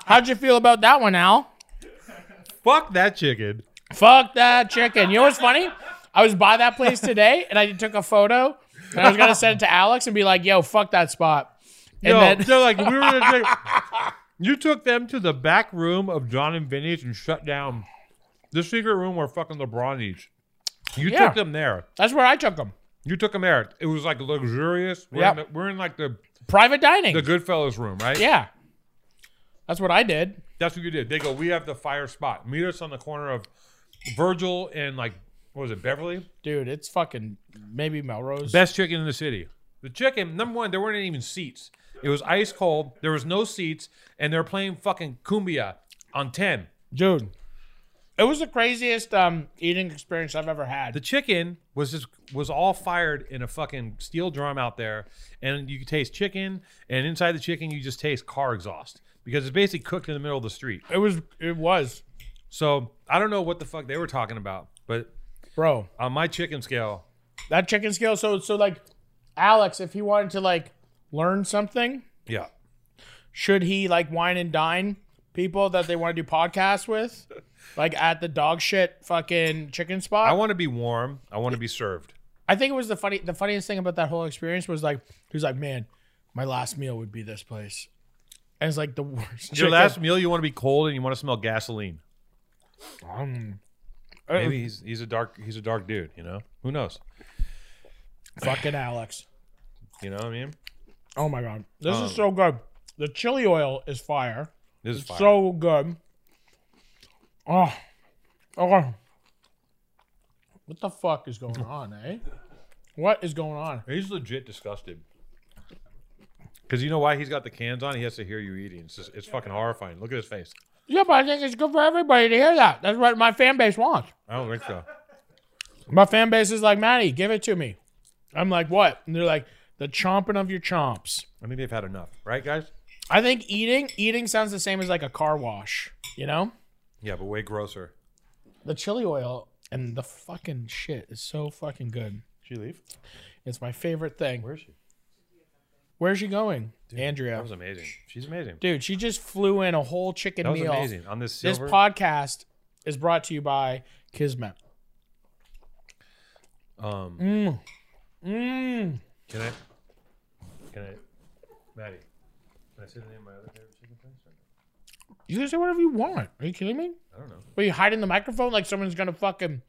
S2: How'd you feel about that one, Al?
S1: Fuck that chicken.
S2: Fuck that chicken. You know what's funny? I was by that place today and I took a photo and I was gonna send it to Alex and be like, "Yo, fuck that spot." And
S1: Yo,
S2: then-
S1: they're like we were. Gonna take, you took them to the back room of John and Vinny's and shut down the secret room where fucking LeBron eats. You
S2: Yeah.
S1: took them there.
S2: That's where I took them.
S1: You took them there. It was like luxurious. We're,
S2: Yep.
S1: in, the- we're in like the
S2: Private dining.
S1: the Goodfellas room, right?
S2: yeah, that's what I did.
S1: That's what you did. They go, we have the fire spot. Meet us on the corner of Virgil and like what was it, Beverly?
S2: Dude, it's fucking maybe Melrose.
S1: Best chicken in the city. The chicken, number one, there weren't even seats. It was ice cold. There was no seats, and they're playing fucking cumbia on ten.
S2: Dude, it was the craziest um, eating experience I've ever had.
S1: The chicken was just was all fired in a fucking steel drum out there, and you could taste chicken, and inside the chicken you just taste car exhaust because it's basically cooked in the middle of the street.
S2: It was, it was,
S1: So I don't know what the fuck they were talking about, but
S2: bro.
S1: on my chicken scale,
S2: That chicken scale. So, so like, Alex, if he wanted to like learn something,
S1: yeah,
S2: should he like wine and dine people that they want to do podcasts with, like at the dog shit fucking chicken spot?
S1: I want to be warm. I want to be served.
S2: I think it was the funny the funniest thing about that whole experience was like he was like, Man, my last meal would be this place. And it's like the worst
S1: Your
S2: chicken.
S1: last meal, you want to be cold and you want to smell gasoline.
S2: Um,
S1: Maybe he's he's a dark he's a dark dude. You know who knows?
S2: fucking Alex.
S1: You know what I mean?
S2: Oh my god. This
S1: Um.
S2: is so good. The chili oil is fire.
S1: This is fire.
S2: So good. Oh. Okay. What the fuck is going on, eh? What is going on?
S1: he's legit disgusted. Because you know why he's got the cans on? He has to hear you eating. It's just, it's fucking horrifying. Look at his face.
S2: Yeah, but I think it's good for everybody to hear that. That's what my fan base wants.
S1: I don't think so.
S2: My fan base is like, Maddie, give it to me. I'm like, what? And they're like, the chomping of your chomps.
S1: I think they've had enough, right, guys?
S2: I think eating eating sounds the same as like a car wash, you know?
S1: Yeah, but way grosser.
S2: The chili oil and the fucking shit is so fucking good.
S1: She leave?
S2: It's my favorite thing.
S1: Where is she?
S2: Where's she going?
S1: That
S2: Andrea.
S1: was amazing. She's amazing.
S2: Dude, she just flew in a whole chicken
S1: that was
S2: meal.
S1: amazing. On this
S2: This
S1: silver.
S2: podcast is brought to you by Kismet.
S1: um,
S2: Mm. Mm.
S1: can I? Can I? Maddie, can I say the name of my other favorite chicken place? or no?
S2: You can say whatever you want. Are you kidding me?
S1: I don't know.
S2: What, you hiding the microphone like someone's gonna fucking?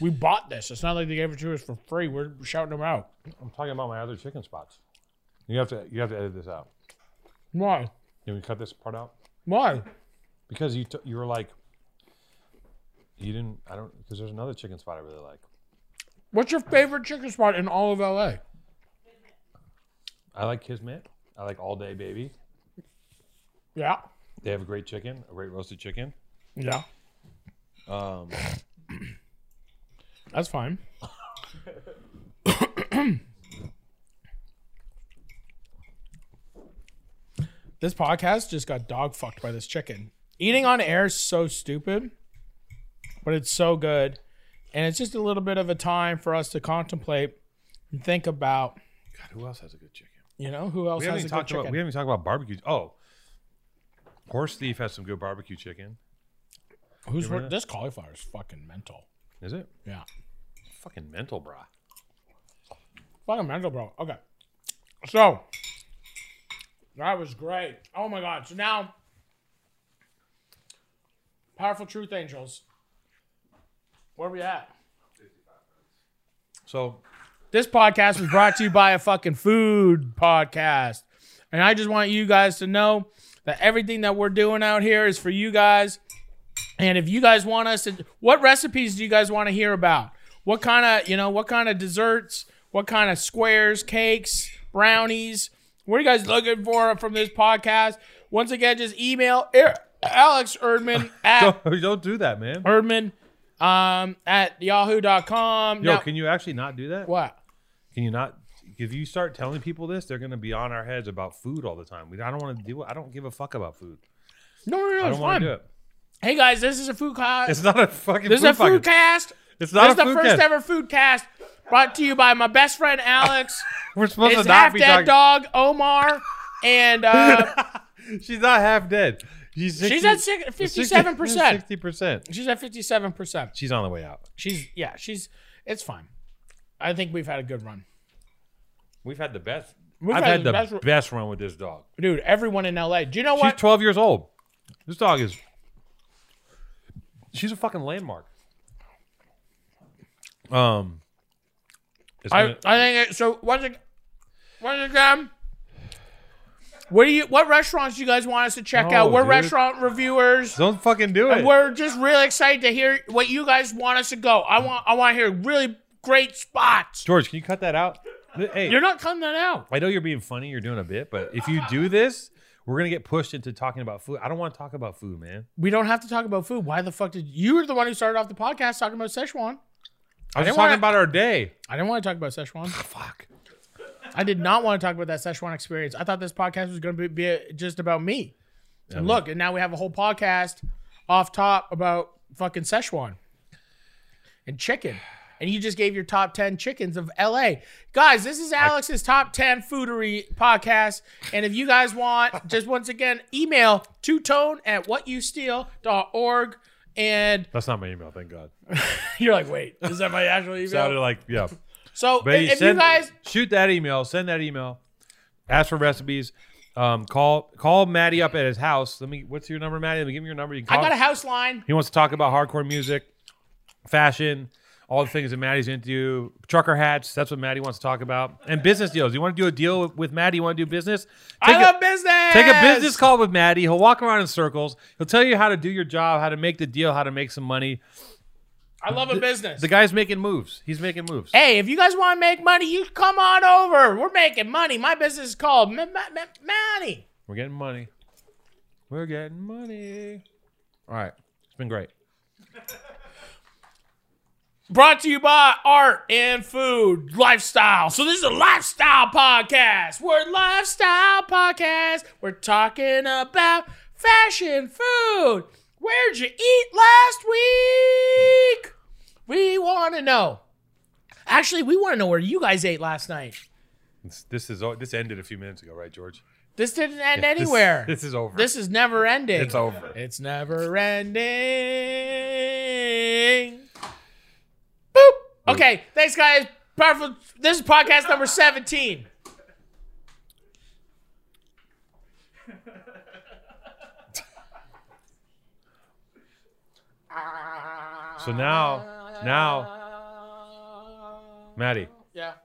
S2: We bought this. It's not like they gave it to us for free. We're shouting them out.
S1: I'm talking about my other chicken spots. You have to you have to edit this out.
S2: Why?
S1: Can we cut this part out?
S2: Why?
S1: Because you t- you were like you didn't I don't because there's another chicken spot I really like.
S2: What's your favorite chicken spot in all of LA?
S1: I like Kismet. I like All Day Baby.
S2: Yeah.
S1: They have a great chicken, a great roasted chicken.
S2: Yeah.
S1: Um,
S2: That's fine. this podcast just got dog fucked by this chicken. Eating on air is so stupid, but it's so good. And it's just a little bit of a time for us to contemplate and think about,
S1: God, who else has a good chicken?
S2: you know, who else
S1: We
S2: has
S1: haven't
S2: a
S1: even
S2: good
S1: talked about
S2: chicken.
S1: we haven't even talked about barbecue. Oh, Horse Thief has some good barbecue chicken.
S2: Who's
S1: Remember
S2: wor-
S1: that?
S2: this cauliflower is fucking mental.
S1: Is it
S2: Yeah.
S1: fucking mental, brah?
S2: Fucking mental, bro. Okay. So that was great. Oh my god. So now Powerful Truth Angels. Where we at?
S1: So
S2: This podcast was brought to you by a fucking food podcast. And I just want you guys to know that everything that we're doing out here is for you guys. And if you guys want us to, what recipes do you guys want to hear about? What kind of, you know, what kind of desserts? What kind of squares, cakes, brownies? What are you guys looking for from this podcast? Once again, just email Er- Alex Erdman at
S1: don't, don't do that, man.
S2: Erdman um, at yahoo.com.
S1: Yo,
S2: Now-
S1: can you actually not do that?
S2: what?
S1: Can you not? If you start telling people this, they're gonna be on our heads about food all the time. We, I don't want to do it. I don't give a fuck about food.
S2: No, no, no.
S1: I
S2: it's
S1: don't want
S2: fine.
S1: to do it.
S2: Hey guys, this is a food cast.
S1: It's not a fucking.
S2: This is
S1: food
S2: a food
S1: pocket.
S2: cast.
S1: It's
S2: This
S1: not
S2: is
S1: a
S2: the
S1: food
S2: first
S1: cast.
S2: ever food cast brought to you by my best friend Alex.
S1: We're supposed
S2: It's
S1: to not
S2: half
S1: be
S2: dead
S1: talking.
S2: dog Omar, and uh,
S1: She's not half dead. She's, 60,
S2: she's at six- 57%.
S1: Sixty percent.
S2: she's at fifty-seven percent.
S1: She's on the way out.
S2: She's yeah, she's it's fine. I think we've had a good run,
S1: We've had the best.
S2: We've
S1: I've
S2: had
S1: had
S2: the
S1: the
S2: best-
S1: best, run with this dog.
S2: dude. Everyone in LA. Do you know
S1: She's
S2: what?
S1: twelve years old. This dog is. She's a fucking landmark. Um. it's
S2: I,
S1: gonna-
S2: I think it, so. Once again, once again, what do you? What restaurants do you guys want us to check
S1: No,
S2: out? We're
S1: Oh, dude.
S2: restaurant reviewers.
S1: don't fucking do it.
S2: And we're just really excited to hear what you guys want us to go. I want I want to hear really great spots.
S1: George, can you cut that out? Hey,
S2: You're not cutting that out.
S1: I know you're being funny. You're doing a bit, but if you do this, we're gonna get pushed into talking about food. I don't want to talk about food, man.
S2: We don't have to talk about food. Why the fuck did you were the one who started off the podcast talking about Szechuan?
S1: I was just
S2: didn't wanna- Oh,
S1: talking about our day.
S2: I didn't want to talk about Szechuan.
S1: Fuck.
S2: I did not want to talk about that Szechuan experience. I thought this podcast was going to be, be uh, just about me. And look, and now we have a whole podcast off top about fucking Szechuan and chicken. And you just gave your top 10 chickens of LA. Guys, this is Alex's top 10 foodery podcast. And if you guys want, just once again, email two tone at whatyousteel.org. And
S1: That's not my email. Thank God.
S2: you're like, wait, is that my actual email?
S1: Sounded like yeah.
S2: so
S1: But
S2: if, if you
S1: send-
S2: guys,
S1: shoot that email, send that email, ask for recipes. Um, call call Maddie up at his house. Let me. What's your number, Maddie? Let me give me your number. You can
S2: I
S1: call-
S2: got a house line.
S1: He wants to talk about hardcore music, fashion, all the things that Maddie's into, trucker hats. That's what Maddie wants to talk about, and business deals. You want to do a deal with, with Maddie? You want to do business? Take
S2: I
S1: a-
S2: love business.
S1: Take a business call with Maddie. He'll walk around in circles. He'll tell you how to do your job, how to make the deal, how to make some money.
S2: I love a business.
S1: The guy's making moves. He's making moves.
S2: hey, if you guys want to make money, you come on over. We're making money. My business is called M- M- M- Money.
S1: We're getting money. We're getting money. All right. It's been great.
S2: Brought to you by art and food, lifestyle. So this is a lifestyle podcast. We're a lifestyle podcast. We're talking about fashion, food. Where'd you eat last week? We want to know. Actually, we want to know where you guys ate last night.
S1: This, this is this ended a few minutes ago, right, George?
S2: This didn't end
S1: This-
S2: anywhere.
S1: This, is over.
S2: This is never ending.
S1: it's over.
S2: It's never ending. Boop. Okay, thanks guys. Powerful. This is podcast number seventeen.
S1: So now, now, Maddie.
S2: Yeah.